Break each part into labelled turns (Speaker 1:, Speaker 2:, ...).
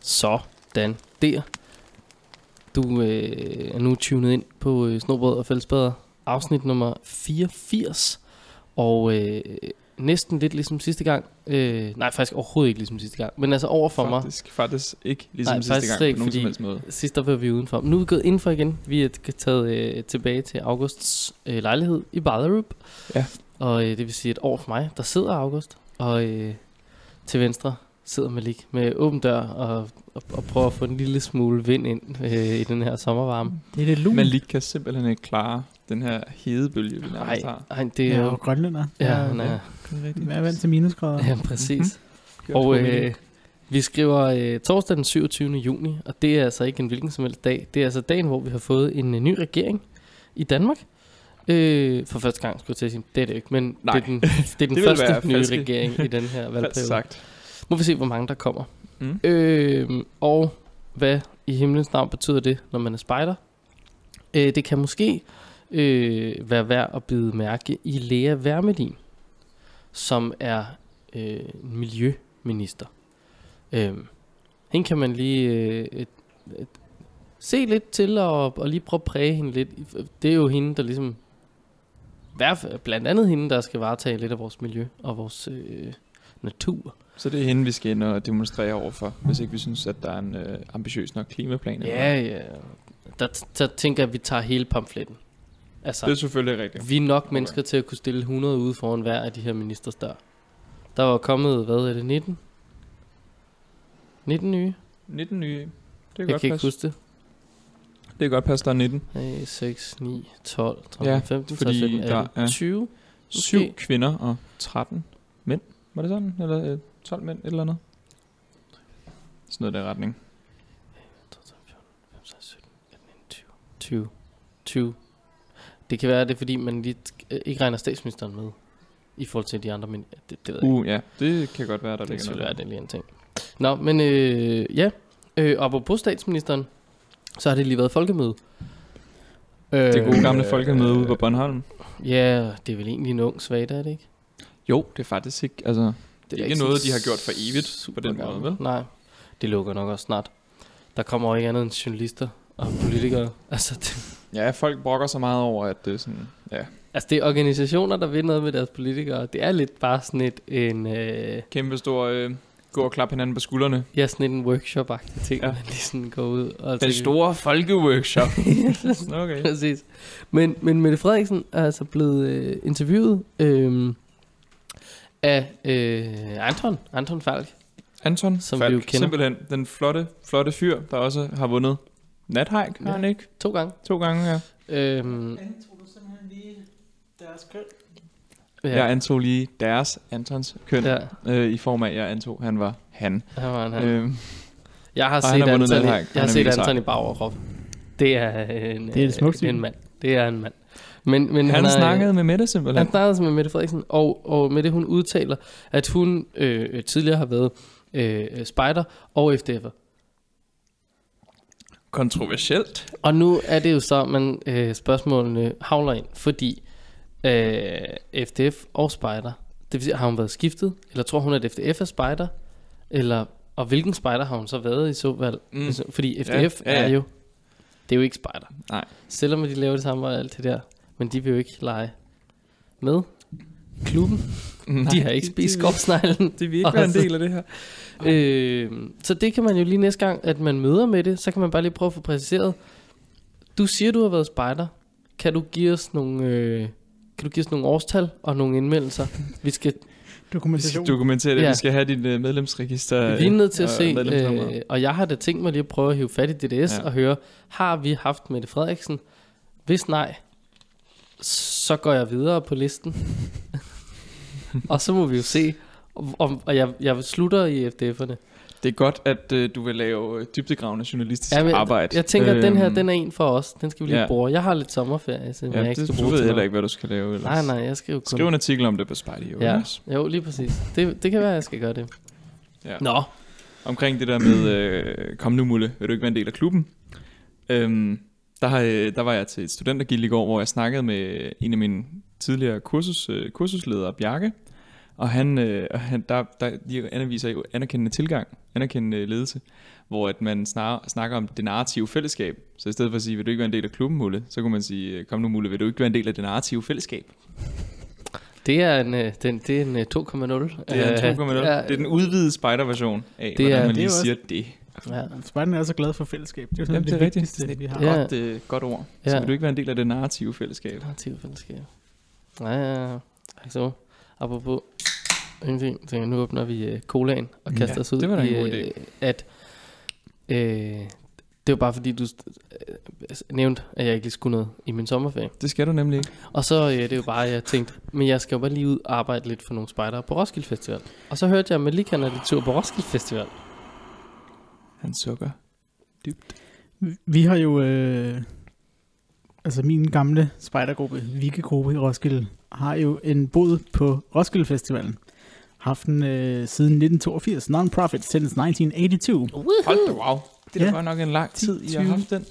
Speaker 1: Sådan der. Du øh, er nu tunet ind på øh, Snobrød og Fællesbader, afsnit nummer 84. Og øh, næsten lidt ligesom sidste gang. Øh, nej, faktisk overhovedet ikke ligesom sidste gang. Men altså over for mig.
Speaker 2: faktisk, Faktisk ikke ligesom
Speaker 1: Nej,
Speaker 2: Nej,
Speaker 1: faktisk
Speaker 2: sidste
Speaker 1: slet
Speaker 2: gang på
Speaker 1: ikke,
Speaker 2: nogen
Speaker 1: fordi-
Speaker 2: som helst måde.
Speaker 1: Sidst der var vi udenfor. Nu er vi gået indenfor igen. Vi er t- taget øh, tilbage til Augusts øh, lejlighed i Ballerup.
Speaker 2: Ja.
Speaker 1: Og øh, det vil sige, at over for mig, der sidder August. Og øh, til venstre sidder Malik med åben dør og, og, og prøver at få en lille smule vind ind øh, i den her sommervarme.
Speaker 2: Mm-hmm.
Speaker 3: Det er det lun.
Speaker 2: Man lige kan simpelthen ikke klare den her hedebølge, vi nærmest
Speaker 1: Nej,
Speaker 2: har.
Speaker 1: nej,
Speaker 3: det
Speaker 1: det
Speaker 3: er
Speaker 1: er
Speaker 3: jo grønlænder.
Speaker 1: Ja, han er,
Speaker 2: Det er rigtigt.
Speaker 3: Jeg er vant til minusgrader.
Speaker 1: ja Mm-hmm. præcis.
Speaker 2: Gjort
Speaker 1: Og
Speaker 2: på
Speaker 1: øh, vi skriver øh, torsdag den 27. juni, og det er altså ikke en hvilken som helst dag. Det er altså dagen, hvor vi har fået en øh, ny regering i Danmark. Øh, for første gang skulle jeg til at sige, det er det jo ikke, men
Speaker 2: Nej.
Speaker 1: det er den, det er den
Speaker 2: ville være
Speaker 1: første nye
Speaker 2: falske.
Speaker 1: regering i den her
Speaker 2: Fast
Speaker 1: valgperiode.
Speaker 2: sagt.
Speaker 1: Må vi se, hvor mange der kommer.
Speaker 2: Mm.
Speaker 1: Øh, og hvad i himlens navn betyder det, når man er spejder? Øh, det kan måske øh, være værd at bide mærke i Lea Wermelin, som er øh, miljøminister. Øh, hende kan man lige øh, et, et, se lidt til og, og lige prøve at præge hende lidt. Det er jo hende, der ligesom... i hvert fald- Blandt andet hende, der skal varetage lidt af vores miljø og vores øh, natur.
Speaker 2: Så det er hende, vi skal ind og demonstrere overfor, hvis ikke vi synes, at der er en øh, ambitiøs nok klimaplan.
Speaker 1: Ja, ja. Der, t- der tænker jeg, at vi tager hele pamfletten. Altså,
Speaker 2: Det er selvfølgelig rigtigt.
Speaker 1: vi er nok mennesker til at kunne stille 100 ude foran hver af de her ministers dør. Der var kommet, hvad er det, 19? 19 nye?
Speaker 2: 19 nye. Det
Speaker 1: Jeg
Speaker 2: kan,
Speaker 1: kan
Speaker 2: godt
Speaker 1: ikke
Speaker 2: passe.
Speaker 1: huske det.
Speaker 2: det kan godt passe, der er 19.
Speaker 1: 3, 6, 9, 12, 13,
Speaker 2: Ja,
Speaker 1: 15,
Speaker 2: fordi
Speaker 1: 16, 17,
Speaker 2: der
Speaker 1: 18,
Speaker 2: er-
Speaker 1: 20.
Speaker 2: 7
Speaker 1: Okay.
Speaker 2: kvinder og 13 mænd. Var det sådan? Eller øh, 12 mænd, et eller andet? Sådan noget i den retning.
Speaker 1: 20. 20. Det kan være, at det er fordi, man lige, øh, ikke regner statsministeren med i forhold til de andre, men det, det ved jeg
Speaker 2: Uh, ja. Det kan godt være, der
Speaker 1: Det kan
Speaker 2: ligger
Speaker 1: selvfølgelig være,
Speaker 2: noget.
Speaker 1: det er lige en ting. Nå, men øh, ja, øh, apropos statsministeren, så har det lige været folkemøde. Øh,
Speaker 2: Det gode gamle folkemøde ude på Bornholm.
Speaker 1: Ja, det er vel egentlig en ung svag, er det ikke?
Speaker 2: Jo, det er faktisk ikke, altså...
Speaker 1: Det
Speaker 2: Ikke
Speaker 1: sådan
Speaker 2: noget, de har gjort for evigt på
Speaker 1: super
Speaker 2: den måde,
Speaker 1: gammelt.
Speaker 2: vel?
Speaker 1: Nej, det lukker nok også snart. Der kommer jo ikke andet end journalister og politikere. Altså, det,
Speaker 2: Ja, folk brokker så meget over, at det er sådan... Ja,
Speaker 1: altså, det er organisationer, der vil noget med deres politikere. Det er lidt bare sådan et, en, øh,
Speaker 2: kæmpe stor... Øh, gå og klap hinanden på skuldrene.
Speaker 1: ja, sådan en workshop-agtig ting, ja.
Speaker 2: Ja.
Speaker 1: man lige sådan går ud og
Speaker 2: Den store folkeworkshop. okay.
Speaker 1: Præcis. Men, men Mette Frederiksen er altså blevet øh, interviewet øh, af øh, Anton, Anton Falk.
Speaker 2: Anton
Speaker 1: Som
Speaker 2: Som
Speaker 1: vi jo
Speaker 2: Falk,
Speaker 1: kender.
Speaker 2: simpelthen den flotte, flotte fyr, der også har vundet Nathajk, har
Speaker 1: Ja.
Speaker 2: han ikke?
Speaker 1: To gange.
Speaker 2: To gange, ja.
Speaker 1: Øh,
Speaker 3: Antog du simpelthen lige deres køn?
Speaker 2: ja. Jeg antog lige deres, Antons køn, ja.
Speaker 1: Ja,
Speaker 2: øh, i form af, jeg antog, han var han.
Speaker 1: her var han,
Speaker 2: Ja.
Speaker 1: han.
Speaker 2: Øh,
Speaker 1: Jeg har
Speaker 2: og han
Speaker 1: set
Speaker 2: har vundet
Speaker 1: Anton, i,
Speaker 2: den her.
Speaker 1: jeg
Speaker 2: Han
Speaker 1: har
Speaker 2: er
Speaker 1: set
Speaker 2: virkelig sej.
Speaker 1: Anton i bagoverkrop. Det er en,
Speaker 3: Det er et
Speaker 1: øh,
Speaker 3: smukt
Speaker 1: det er en
Speaker 3: syn.
Speaker 1: mand. Det er en mand. Men, men
Speaker 2: han,
Speaker 1: han,
Speaker 2: han
Speaker 1: er, øh,
Speaker 2: snakkede med Mette
Speaker 1: Han
Speaker 2: simpelthen.
Speaker 1: snakkede altså med Mette Frederiksen, og, og med det hun udtaler, at hun øh, øh, tidligere har været øh, spider og FDF'er.
Speaker 2: Kontroversielt.
Speaker 1: Og nu er det jo så, at man øh, spørgsmålene havler ind, fordi øh, FDF og Spider, det vil sige, har hun været skiftet, eller tror hun, at FDF er Spider, eller, og hvilken Spider har hun så været i så fald?
Speaker 2: Mm.
Speaker 1: Mm. Fordi FDF
Speaker 2: Ja,
Speaker 1: ja, ja.
Speaker 2: ja, ja.
Speaker 1: er jo, det er jo ikke Spider.
Speaker 2: Nej.
Speaker 1: Selvom de laver det samme og alt det der, men de vil jo ikke lege med klubben.
Speaker 2: Mm. Nej,
Speaker 1: de har ikke spist
Speaker 2: de, de,
Speaker 1: skovsneglen.
Speaker 2: de vil ikke være en
Speaker 1: Også.
Speaker 2: del af det her.
Speaker 1: Øh, så det kan man jo lige næste gang, at man møder med det, så kan man bare lige prøve at få præciseret. Du siger, du har været spejder. Kan du give os nogle, øh, kan du give os nogle årstal og nogle indmeldelser? Vi, skal,
Speaker 2: Vi skal
Speaker 3: Dokumentation.
Speaker 2: dokumentere det.
Speaker 1: Ja.
Speaker 2: Vi skal have dit øh, medlemsregister.
Speaker 1: vi er
Speaker 2: øh,
Speaker 1: nødt til at
Speaker 2: og
Speaker 1: se,
Speaker 2: medlemsnummer.
Speaker 1: øh, og jeg har da tænkt mig lige at prøve at hive fat i DDS ja.
Speaker 2: Ja.
Speaker 1: og høre, har vi haft Mette Frederiksen? Hvis nej, så går jeg videre på listen. og så må vi jo se, om, og jeg, jeg slutter i FDF'erne.
Speaker 2: Det er godt, at øh, du vil lave øh, dybdegravende journalistisk
Speaker 1: Ja,
Speaker 2: ja,
Speaker 1: men
Speaker 2: arbejde. Øhm.
Speaker 1: Jeg tænker, at den her, den er en for os. Den skal vi lige ja.
Speaker 2: ja.
Speaker 1: bruge. Jeg har lidt sommerferie, så ja,
Speaker 2: Ja,
Speaker 1: jeg ikke
Speaker 2: det,
Speaker 1: skal
Speaker 2: du
Speaker 1: bruge
Speaker 2: ved
Speaker 1: til
Speaker 2: heller
Speaker 1: noget.
Speaker 2: ikke, hvad du skal lave
Speaker 1: Nej,
Speaker 2: ellers.
Speaker 1: nej, jeg skal jo kun...
Speaker 2: Skriv en artikel om det på Spidey.
Speaker 1: ja.
Speaker 2: Ja.
Speaker 1: Jo, lige præcis. Det, det kan være, jeg skal gøre det.
Speaker 2: Ja.
Speaker 1: Nå,
Speaker 2: Omkring det der med, øh, kom nu Mulle, vil du ikke være en del af klubben? Øhm, der, har, øh, der var jeg til et studentergild i går, hvor jeg snakkede med en af mine tidligere kursus, øh, kursusledere, Bjarke, Og han, øh, og han der, der, de anviser jo anerkendende tilgang, anerkendende øh, ledelse, hvor at man snar, snakker om det narrative fællesskab. Så i stedet for at sige, vil du ikke være en del af klubben, Mulle, så kunne man sige, øh, kom nu Mulle, vil du ikke være en del af det narrative fællesskab?
Speaker 1: Det er en, øh, den, det er en øh, 2,0.
Speaker 2: Det er,
Speaker 1: Øh,
Speaker 2: en 2,0.
Speaker 1: ja,
Speaker 2: det er den udvidede spider-version af,
Speaker 1: Det
Speaker 2: det hvordan
Speaker 1: er-
Speaker 2: man
Speaker 3: det er
Speaker 2: lige
Speaker 3: jo også-
Speaker 2: siger det.
Speaker 1: Ja.
Speaker 3: Spartan er så glad for fællesskab. Det er jo sådan
Speaker 2: Jamen,
Speaker 3: det,
Speaker 2: det er
Speaker 3: det
Speaker 2: rigtigt.
Speaker 3: vigtigste, vi har.
Speaker 1: Ja.
Speaker 2: Godt, øh, godt ord.
Speaker 1: Ja.
Speaker 2: Ja. Så vil du ikke være en del af det narrative fællesskab?
Speaker 1: Narrativ fællesskab. Ja, ja, ja. Altså, apropos ingenting, så nu åbner vi øh, colaen og kaster
Speaker 2: Ja,
Speaker 1: os ud
Speaker 2: det var da en
Speaker 1: i,
Speaker 2: god
Speaker 1: øh,
Speaker 2: idé.
Speaker 1: at øh, det var bare fordi, du øh, altså, nævnte, at jeg ikke lige skulle noget i min sommerferie.
Speaker 2: Det skal du nemlig ikke.
Speaker 1: Og så øh, det er jo bare, at jeg tænkte, men jeg skal jo bare lige ud og arbejde lidt for nogle spejdere på Roskilde Festival. Og så hørte jeg, at Malikan er lidt tur på Roskilde Festival.
Speaker 2: Han sukker.
Speaker 3: Vi har jo, øh, altså min gamle spejdergruppe, Vigegruppe i Roskilde, har jo en bod på Roskilde Festivalen. Haft den øh, siden 1982, non-profit since 1982.
Speaker 2: Hold da, wow. Det er
Speaker 3: Ja.
Speaker 2: da godt nok en lang tid, I har
Speaker 3: 10-20.
Speaker 2: haft den.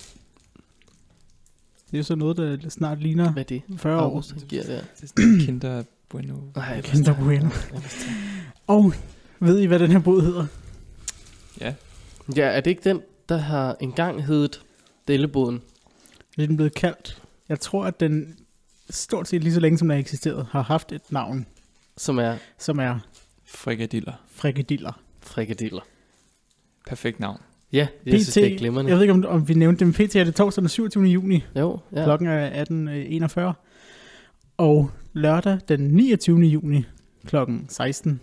Speaker 3: Det er jo så noget, der snart ligner
Speaker 1: Hvad er det?
Speaker 3: 40 år.
Speaker 1: August, han giver der. altså,
Speaker 2: Det er sådan Kinder Bueno.
Speaker 1: Nej, jeg vidste
Speaker 3: Kinder
Speaker 1: det.
Speaker 3: Bueno.
Speaker 1: Jeg vidste det.
Speaker 3: Og ved I, hvad den her bod hedder?
Speaker 2: Ja,
Speaker 1: Ja, er det ikke den, der har engang heddet Delleboden?
Speaker 3: Det er den blevet kaldt. Jeg tror, at den stort set lige så længe, som den har eksisteret, har haft et navn,
Speaker 1: som er
Speaker 3: som er
Speaker 2: frikadiller.
Speaker 3: frikadiller.
Speaker 1: frikadiller.
Speaker 2: Perfekt navn.
Speaker 1: Ja, jeg synes, det er glimrende.
Speaker 3: jeg ved ikke, om, om vi nævnte dem. PT er det torsdag den 27. juni.
Speaker 1: Jo, ja.
Speaker 3: Ja. Klokken er 18.41. Og lørdag den 29. juni klokken 16,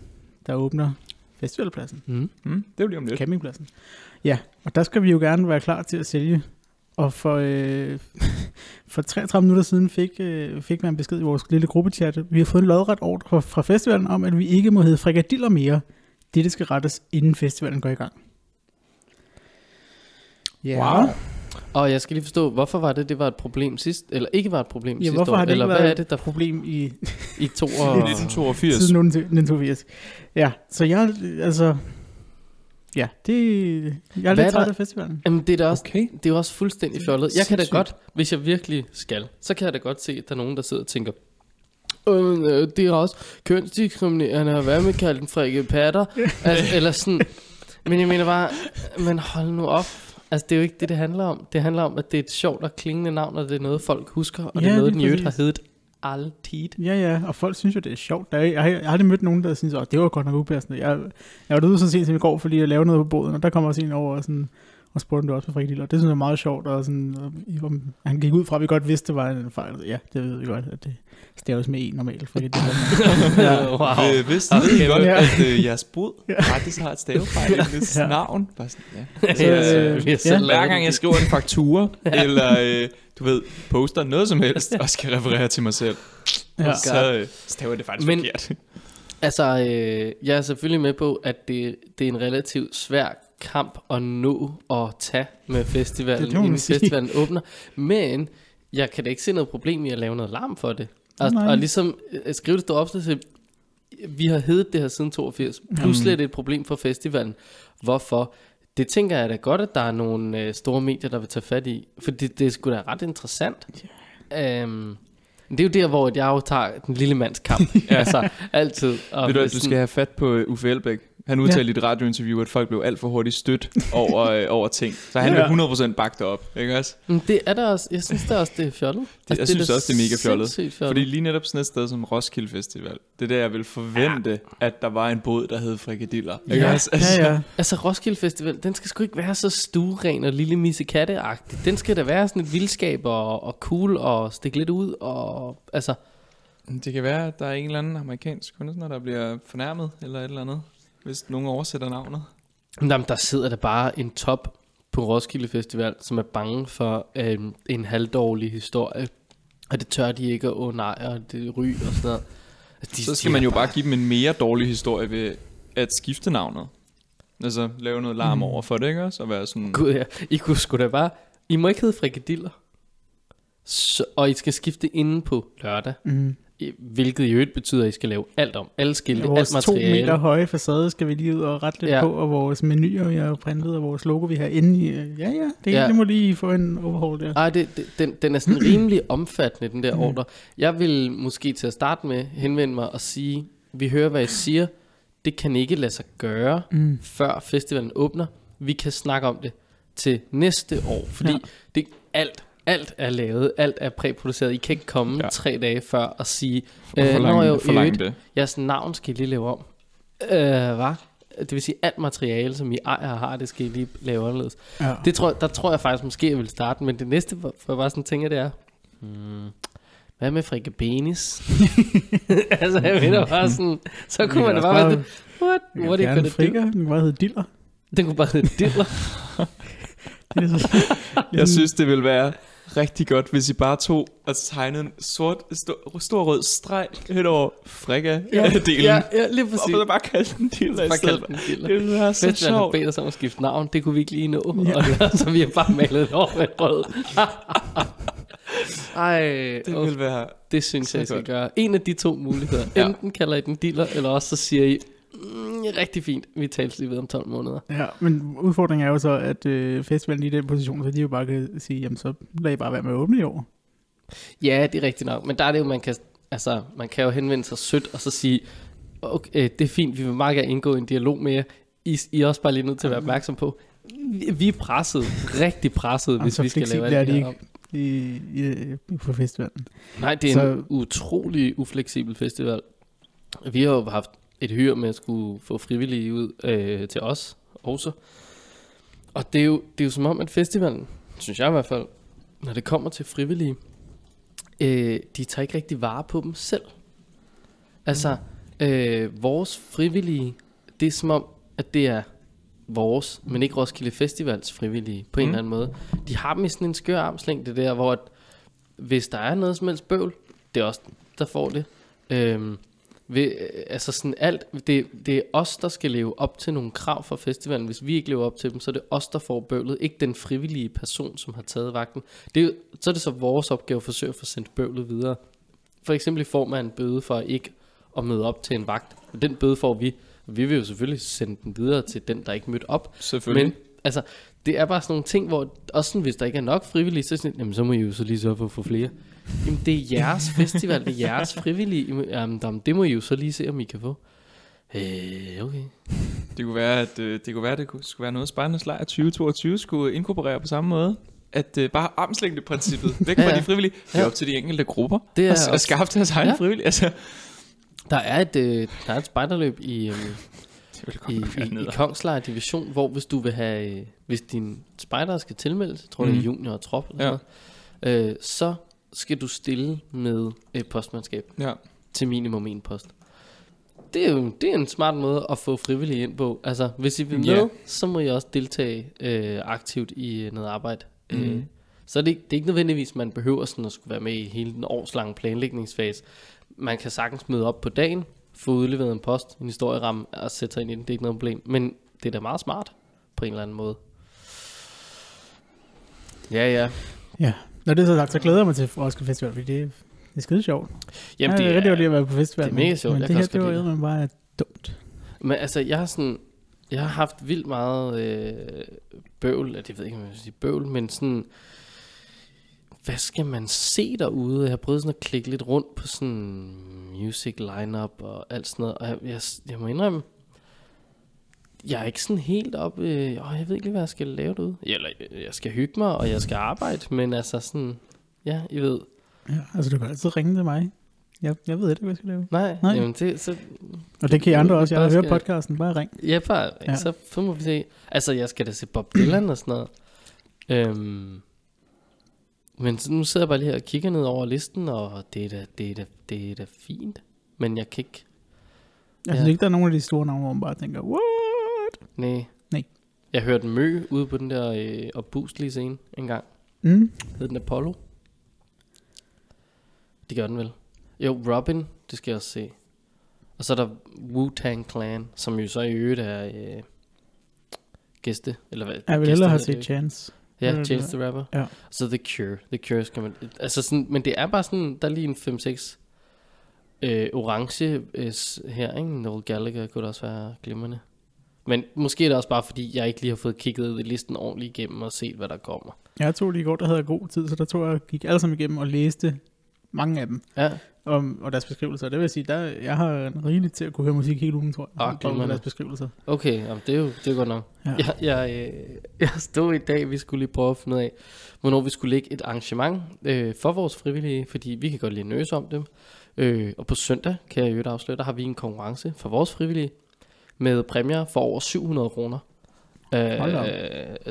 Speaker 3: der åbner festivalpladsen,
Speaker 1: Mm.
Speaker 2: Mm, det bliver om lidt.
Speaker 3: campingpladsen. Ja, og der skal vi jo gerne være klar til at sælge. Og for, øh, for 33 minutter siden fik, øh, fik man besked i vores lille gruppechat. Vi har fået en lodret ordre fra, fra festivalen om, at vi ikke må hedde frikadiller mere. Dette skal rettes, inden festivalen går i gang. Ja.
Speaker 2: Wow.
Speaker 1: Og jeg skal lige forstå, hvorfor var det, det var et problem sidst, eller ikke var et problem
Speaker 3: Ja,
Speaker 1: sidste
Speaker 3: hvorfor
Speaker 1: år,
Speaker 3: har det
Speaker 1: eller
Speaker 3: ikke
Speaker 1: hvad
Speaker 3: været
Speaker 1: er det, der
Speaker 3: problem i
Speaker 1: i to
Speaker 2: I
Speaker 1: år?
Speaker 2: 1982.
Speaker 3: siden 1982. Ja, så jeg, altså, ja, det, jeg er
Speaker 1: Hvad er
Speaker 3: lidt træt
Speaker 1: der-
Speaker 3: af festivalen.
Speaker 1: Jamen, det er da også,
Speaker 2: Okay.
Speaker 1: det er jo også fuldstændig fjollet. Jeg kan da
Speaker 3: Sindssygt.
Speaker 1: godt, hvis jeg virkelig skal, så kan jeg da godt se, at der er nogen, der sidder og tænker, øh, øh, det er også kønsdiskriminerende at være med kaldt en frikke patter. altså, eller sådan. Men jeg mener bare, men hold nu op. Altså, det er jo ikke det, det handler om. Det handler om, at det er et sjovt og klingende navn, og det er noget, folk husker, og det
Speaker 3: Ja,
Speaker 1: er noget,
Speaker 3: lige
Speaker 1: den i øvrigt har
Speaker 3: præcis.
Speaker 1: heddet altid.
Speaker 3: Ja, ja, og folk synes jo, det er sjovt. Der er, jeg, har, jeg har aldrig mødt nogen, der synes, at det var godt nok upassende. Jeg, jeg var derude så sent som i går, fordi jeg lavede noget på båden, og der kom også en over og, sådan, og spurgte, om det også var frikadiller. Det synes jeg er meget sjovt, og, sådan, og i- om, han gik ud fra, at vi godt vidste, det var en fejl. Ja, det ved vi godt, at det staves med en normalt frikadiller.
Speaker 1: wow.
Speaker 2: Øh, hvis
Speaker 1: Ah,
Speaker 2: det
Speaker 1: okay.
Speaker 2: er godt,
Speaker 3: Ja.
Speaker 2: at øh, jeres bod
Speaker 3: Ja.
Speaker 2: faktisk har et stavefejl i dets
Speaker 3: Ja.
Speaker 2: navn. Bare sådan, ja.
Speaker 1: Så, øh, vi har selv
Speaker 3: ja.
Speaker 2: Hver
Speaker 1: lavet
Speaker 2: gang
Speaker 1: det.
Speaker 2: jeg skriver en faktura, eller øh, du ved, poster noget som helst, og skal referere til mig selv,
Speaker 3: ja.
Speaker 2: så øh, staver det faktisk
Speaker 1: Men-
Speaker 2: Men, forkert.
Speaker 1: Altså, øh, jeg er selvfølgelig med på, at det, det er en relativt svær kamp at nå og tage med festivalen,
Speaker 3: Det må man
Speaker 1: inden
Speaker 3: sige.
Speaker 1: festivalen åbner. Men jeg kan da ikke se noget problem i at lave noget larm for det. Og,
Speaker 3: Nej.
Speaker 1: og ligesom øh, skrive det stå op til, vi har heddet det her siden 82. Pludselig er det et problem for festivalen. Hvorfor? Det tænker jeg da godt, at der er nogle øh, store medier, der vil tage fat i. For det, det er sgu da ret interessant. Øhm, det er jo der, hvor jeg jo tager den lille mands kamp. ja. Altså, altid. Og
Speaker 2: Ved du, hvad,
Speaker 1: sådan-
Speaker 2: du skal have fat på øh, Uffe Elbæk. Han udtalte i et radiointerview, at folk blev alt for hurtigt stødt over, øh, over ting. Så han
Speaker 3: Ja.
Speaker 2: ja. blev 100% bagt op, ikke også?
Speaker 1: Men det er der også. Jeg synes der også, det er fjollet. Altså, Det,
Speaker 2: jeg synes
Speaker 1: da
Speaker 2: også, det er mega fjollet.
Speaker 1: sindssygt fjollet.
Speaker 2: Fordi lige netop sådan et sted som Roskilde Festival, det er der, jeg ville forvente, ja. at der var en båd, der hed frikadiller. Ikke
Speaker 1: Ja.
Speaker 2: også?
Speaker 3: Ja, ja.
Speaker 1: Altså Roskilde Festival, den skal sgu ikke være så stueren og lille misse katte -agtig. Den skal da være sådan et vildskab og, og cool og stikke lidt ud. Og, altså,
Speaker 2: Det kan være, at der er en eller anden amerikansk kunstner, der bliver fornærmet eller et eller andet, hvis nogen oversætter navnet.
Speaker 1: jamen, der sidder der bare en top på Roskilde Festival, som er bange for øhm, en halvdårlig historie. Og det tør de ikke, og åh nej, og det ry og sådan noget. Altså, de-
Speaker 2: Så
Speaker 1: de
Speaker 2: skal
Speaker 1: er
Speaker 2: man jo bare give dem en mere dårlig historie ved at skifte navnet. Altså lave noget larm over for det, ikke også? Og være sådan...
Speaker 1: Mm. Gud, ja. I kunne sgu da bare... I må ikke hedde frikadiller. Så, og I skal skifte inden på lørdag.
Speaker 3: Mm.
Speaker 1: I- Hvilket i øvrigt betyder, at I skal lave alt om. Alle skilte,
Speaker 3: Vores
Speaker 1: alt
Speaker 3: to
Speaker 1: materiale.
Speaker 3: meter høje facade skal vi lige ud og rette lidt
Speaker 1: Ja.
Speaker 3: ja. på, og vores menuer, vi har printet, og vores logo, vi har inde i. øh, Ja, ja, det
Speaker 1: Ja.
Speaker 3: hele må lige få en overhaul der.
Speaker 1: Ej, det, det, den, den er Mm. sådan rimelig omfattende, den der ordre. Jeg vil måske til at starte med henvende mig og sige, vi hører, hvad I siger. Det kan ikke lade sig gøre,
Speaker 3: Mm.
Speaker 1: før festivalen åbner. Vi kan snakke om det til næste år, fordi
Speaker 3: Ja.
Speaker 1: ja. det alt, alt er lavet, alt er præproduceret. I kan ikke komme
Speaker 2: Ja.
Speaker 1: ja. tre dage før og sige,
Speaker 2: Og
Speaker 1: øh, når
Speaker 2: forlange-
Speaker 1: jeg
Speaker 2: forlange
Speaker 1: øvrigt,
Speaker 2: det.
Speaker 1: jeres navn skal I lige lave om. Øh, hvad? Det vil sige, alt materiale, som I ejer og har, det skal I lige lave anderledes.
Speaker 3: Ja.
Speaker 1: Det tror, der tror jeg faktisk måske, jeg vil starte, men det næste, hvor hvor jeg bare sådan tænker, det er, hmm, hvad med frikabenis? altså, jeg mener bare sådan, så kunne man da bare være sådan, what, what are you gonna do?
Speaker 3: frikker, den kunne bare hedde diller.
Speaker 1: Den kunne bare hedde Diller.
Speaker 3: Det er så,
Speaker 2: Jeg synes, det ville være rigtig godt, hvis I bare tog og tegnede en sort, stor, stor rød streg hen over frikadelen.
Speaker 1: ja, ja, lige
Speaker 2: og
Speaker 1: præcis.
Speaker 2: så bare kalde den diller i
Speaker 1: Bare
Speaker 2: stedet.
Speaker 1: kaldte den Diller.
Speaker 2: Det ville være så
Speaker 1: Hvis man har
Speaker 2: sjovt.
Speaker 1: bedt os om at skifte navn, det kunne vi ikke lige nå.
Speaker 3: Ja.
Speaker 1: Ja. så vi har bare malet det over med rød. Ej,
Speaker 2: Det
Speaker 1: det,
Speaker 2: ville være...
Speaker 1: det synes
Speaker 2: så
Speaker 1: jeg, I skal
Speaker 2: godt.
Speaker 1: gøre. En af de to muligheder.
Speaker 2: Ja.
Speaker 1: Enten kalder I den dealer, eller også så siger I, mm, rigtig fint, vi tales lige ved om 12 måneder.
Speaker 3: ja, men udfordringen er jo så, at øh, festivalen i den position, så de jo bare kan sige, jamen så lad I bare være med at åbne i år.
Speaker 1: Ja, det er rigtigt nok. Men der er det jo, man kan, altså, man kan jo henvende sig sødt og så sige, okay, øh, det er fint, vi vil meget gerne indgå i en dialog med jer. I, I er også bare lige nødt til at være
Speaker 3: Ah.
Speaker 1: opmærksom på, vi- vi er presset, rigtig presset,
Speaker 3: Jamen,
Speaker 1: hvis
Speaker 3: så
Speaker 1: vi skal lave
Speaker 3: fleksible
Speaker 1: alt
Speaker 3: er
Speaker 1: det
Speaker 3: de
Speaker 1: her
Speaker 3: ikke.
Speaker 1: om.
Speaker 3: I, i, på festivalen.
Speaker 1: Nej, det er så...
Speaker 3: Så-
Speaker 1: en utrolig ufleksibel festival. Vi har jo haft et hyr med at skulle få frivillige ud øh, til os også. Og det er, jo, det er jo som om, at festivalen, synes jeg i hvert fald, når det kommer til frivillige, øh, de tager ikke rigtig vare på dem selv. Altså, øh, vores frivillige, det er som om, at det er vores, men ikke Roskilde Festivals frivillige, på en
Speaker 2: Mm.
Speaker 1: mm. eller anden måde. De har dem i sådan en skør armslængde der, hvor at, hvis der er noget som helst bøvl, det er os, der får det. Øhm, ved, øh, altså sådan alt, det, det er os, der skal leve op til nogle krav fra festivalen. Hvis vi ikke lever op til dem, så er det os, der får bøvlet. Ikke den frivillige person, som har taget vagten. Det er, jo- så er det så vores opgave at forsøge at få sendt bøvlet videre. For eksempel får man en bøde for ikke at møde op til en vagt. Og den bøde får vi. Vi vil jo selvfølgelig sende den videre til den, der ikke mødte op. Men
Speaker 2: Selvfølgelig.
Speaker 1: altså, det er bare sådan nogle ting, hvor også sådan, hvis der ikke er nok frivillige, så, er det sådan, jamen, så må I jo så lige sørge for at få flere. Jamen det er jeres festival, det er jeres frivillige, Jamen, jamen, jamen, det må I jo så lige se, om I kan få. Øh, okay.
Speaker 2: Det kunne være, at øh, det, kunne være, det kunne, skulle være noget, Spejdernes Lejr 2022 skulle inkorporere på samme måde. At øh, bare armslængdeprincippet, væk fra
Speaker 1: Ja, ja.
Speaker 2: de frivillige, det er
Speaker 1: Ja.
Speaker 2: op til de enkelte grupper,
Speaker 1: Det er
Speaker 2: og, s- og
Speaker 1: også-
Speaker 2: skaffe deres egne
Speaker 1: Ja.
Speaker 2: frivillige. Altså,
Speaker 1: Der er et, øh, der er et spejderløb i, øh,
Speaker 2: det ville
Speaker 1: i,
Speaker 2: godt nok være
Speaker 1: i, i
Speaker 2: ned.
Speaker 1: Kongslejr Division, hvor hvis du vil have, øh, hvis din spejder skal tilmeldes, jeg tror det
Speaker 2: Mhm.
Speaker 1: er junior og trop, eller
Speaker 2: Ja.
Speaker 1: sådan noget, øh, så skal du stille med øh, postmandskab.
Speaker 2: Ja.
Speaker 1: til minimum en post. Det er jo det er en smart måde at få frivillige ind på. Altså, hvis I vil med,
Speaker 2: Ja.
Speaker 1: yeah. så må I også deltage øh, aktivt i øh, noget arbejde. Mm. Øh,
Speaker 2: Mhm.
Speaker 1: så er det, ikke- det er ikke nødvendigvis, man behøver sådan at skulle være med i hele den årslange planlægningsfase. Man kan sagtens møde op på dagen, få udleveret en post, en historieramme og sætte sig ind i den. Det er ikke noget problem. Men det er da meget smart på en eller anden måde. Ja, ja.
Speaker 3: Ja. Når det er så sagt, så glæder jeg mig til Roskilde Festival, fordi det, det er skide sjovt.
Speaker 1: Jamen,
Speaker 3: ja, det er rigtig godt at være på festival.
Speaker 1: det er mega sjovt.
Speaker 3: Men
Speaker 1: Jeg
Speaker 3: det
Speaker 1: kan
Speaker 3: her,
Speaker 1: også
Speaker 3: det
Speaker 1: godt
Speaker 3: var
Speaker 1: lide det.
Speaker 3: jo bare dumt.
Speaker 1: Men altså, jeg har sådan... Jeg har haft vildt meget øh, bøvl, eller det ved jeg ikke, om jeg vil sige bøvl, men sådan, hvad skal man se derude? Jeg har prøvet sådan at klikke lidt rundt på sådan music lineup og alt sådan noget, og jeg, jeg, jeg må indrømme, jeg er ikke sådan helt op, øh, åh, jeg ved ikke lige, hvad jeg skal lave derude. Eller, øh, jeg skal hygge mig, og jeg skal arbejde, men altså sådan, ja, I ved.
Speaker 3: Ja, altså du kan altid ringe til mig. Jeg, jeg ved ikke, hvad jeg skal lave.
Speaker 1: Nej,
Speaker 3: Nej.
Speaker 1: Nej. Jamen, det, så
Speaker 3: Og det kan I andre også. Jeg har
Speaker 1: Bare
Speaker 3: hørt
Speaker 1: skal-
Speaker 3: podcasten. Bare ring.
Speaker 1: Ja, bare,
Speaker 3: Ja.
Speaker 1: ja. Så, så må vi se. Altså, jeg skal da se Bob Dylan og sådan noget. Øhm, men så, nu sidder jeg bare lige her og kigger ned over listen, og det er da, det er da, det er da fint. Men jeg kan ikke...
Speaker 3: Jeg
Speaker 1: Ja.
Speaker 3: synes ikke, der er nogen af de store navne, hvor man bare tænker, what?
Speaker 1: Nej.
Speaker 3: Nej.
Speaker 1: Jeg hørte Mø ude på den der øh, opbuslige scene en gang.
Speaker 3: Mm.
Speaker 1: Hed den Apollo? Det gør den vel. Jo, Robin, det skal jeg også se. Og så er der Wu-Tang Clan, som jo så i øvrigt er øh, gæste. Eller hvad? øh,
Speaker 3: Jeg vil
Speaker 1: gæster
Speaker 3: hellere have
Speaker 1: hedder det
Speaker 3: set
Speaker 1: ikke.
Speaker 3: Chance.
Speaker 1: Ja,
Speaker 3: Øh,
Speaker 1: Chance the Rapper.
Speaker 3: ja.
Speaker 1: Og så The Cure. The Cure skal man... Altså sådan, men det er bare sådan, der er lige en 5-6 øh, orange øh, s- her, ikke? Noel Gallagher kunne da også være glimrende. Men måske er det også bare, fordi jeg ikke lige har fået kigget listen ordentligt igennem og set, hvad der kommer.
Speaker 3: Jeg tog lige i går, der havde jeg god tid, så der tog jeg og gik alle sammen igennem og læste mange af dem.
Speaker 1: Ja,
Speaker 3: om, og deres beskrivelser. Det vil sige, der, jeg har rigeligt til at kunne høre musik hele ugen, tror jeg.
Speaker 1: Ah,
Speaker 3: om- om
Speaker 1: glimrende.
Speaker 3: deres beskrivelser.
Speaker 1: Okay, jamen, det er jo det er godt nok.
Speaker 3: Ja.
Speaker 1: Jeg, jeg, øh, jeg stod i dag, vi skulle lige prøve at finde ud af, hvornår vi skulle lægge et arrangement øh, for vores frivillige, fordi vi kan godt lige nøse om dem. Øh, og på søndag, kan jeg i øvrigt afsløre, der har vi en konkurrence for vores frivillige med præmier for over 700 kroner. Øh,
Speaker 3: Hold da op.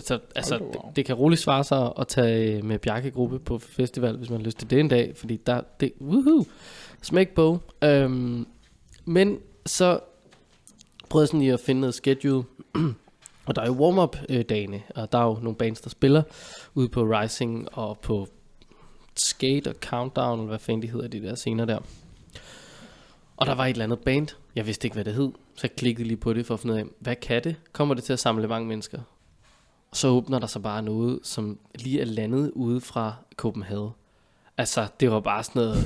Speaker 1: så altså,
Speaker 2: Hold da op.
Speaker 1: det, det kan roligt svare sig at tage øh, med Bjarke-gruppe på festival, hvis man har lyst til det en dag, fordi der, det, woohoo, smæk på. Øhm, men så prøvede jeg sådan lige at finde noget schedule, og der er jo warm-up-dagene, og der er jo nogle bands, der spiller ude på Rising og på Skate og Countdown, eller hvad fanden de hedder, de der scener der. Og der var et eller andet band, jeg vidste ikke, hvad det hed, så jeg klikkede lige på det for at finde ud af, hvad kan det? Kommer det til at samle mange mennesker? Og så åbner der sig bare noget, som lige er landet ude fra Copenhagen. Altså, det var bare sådan noget...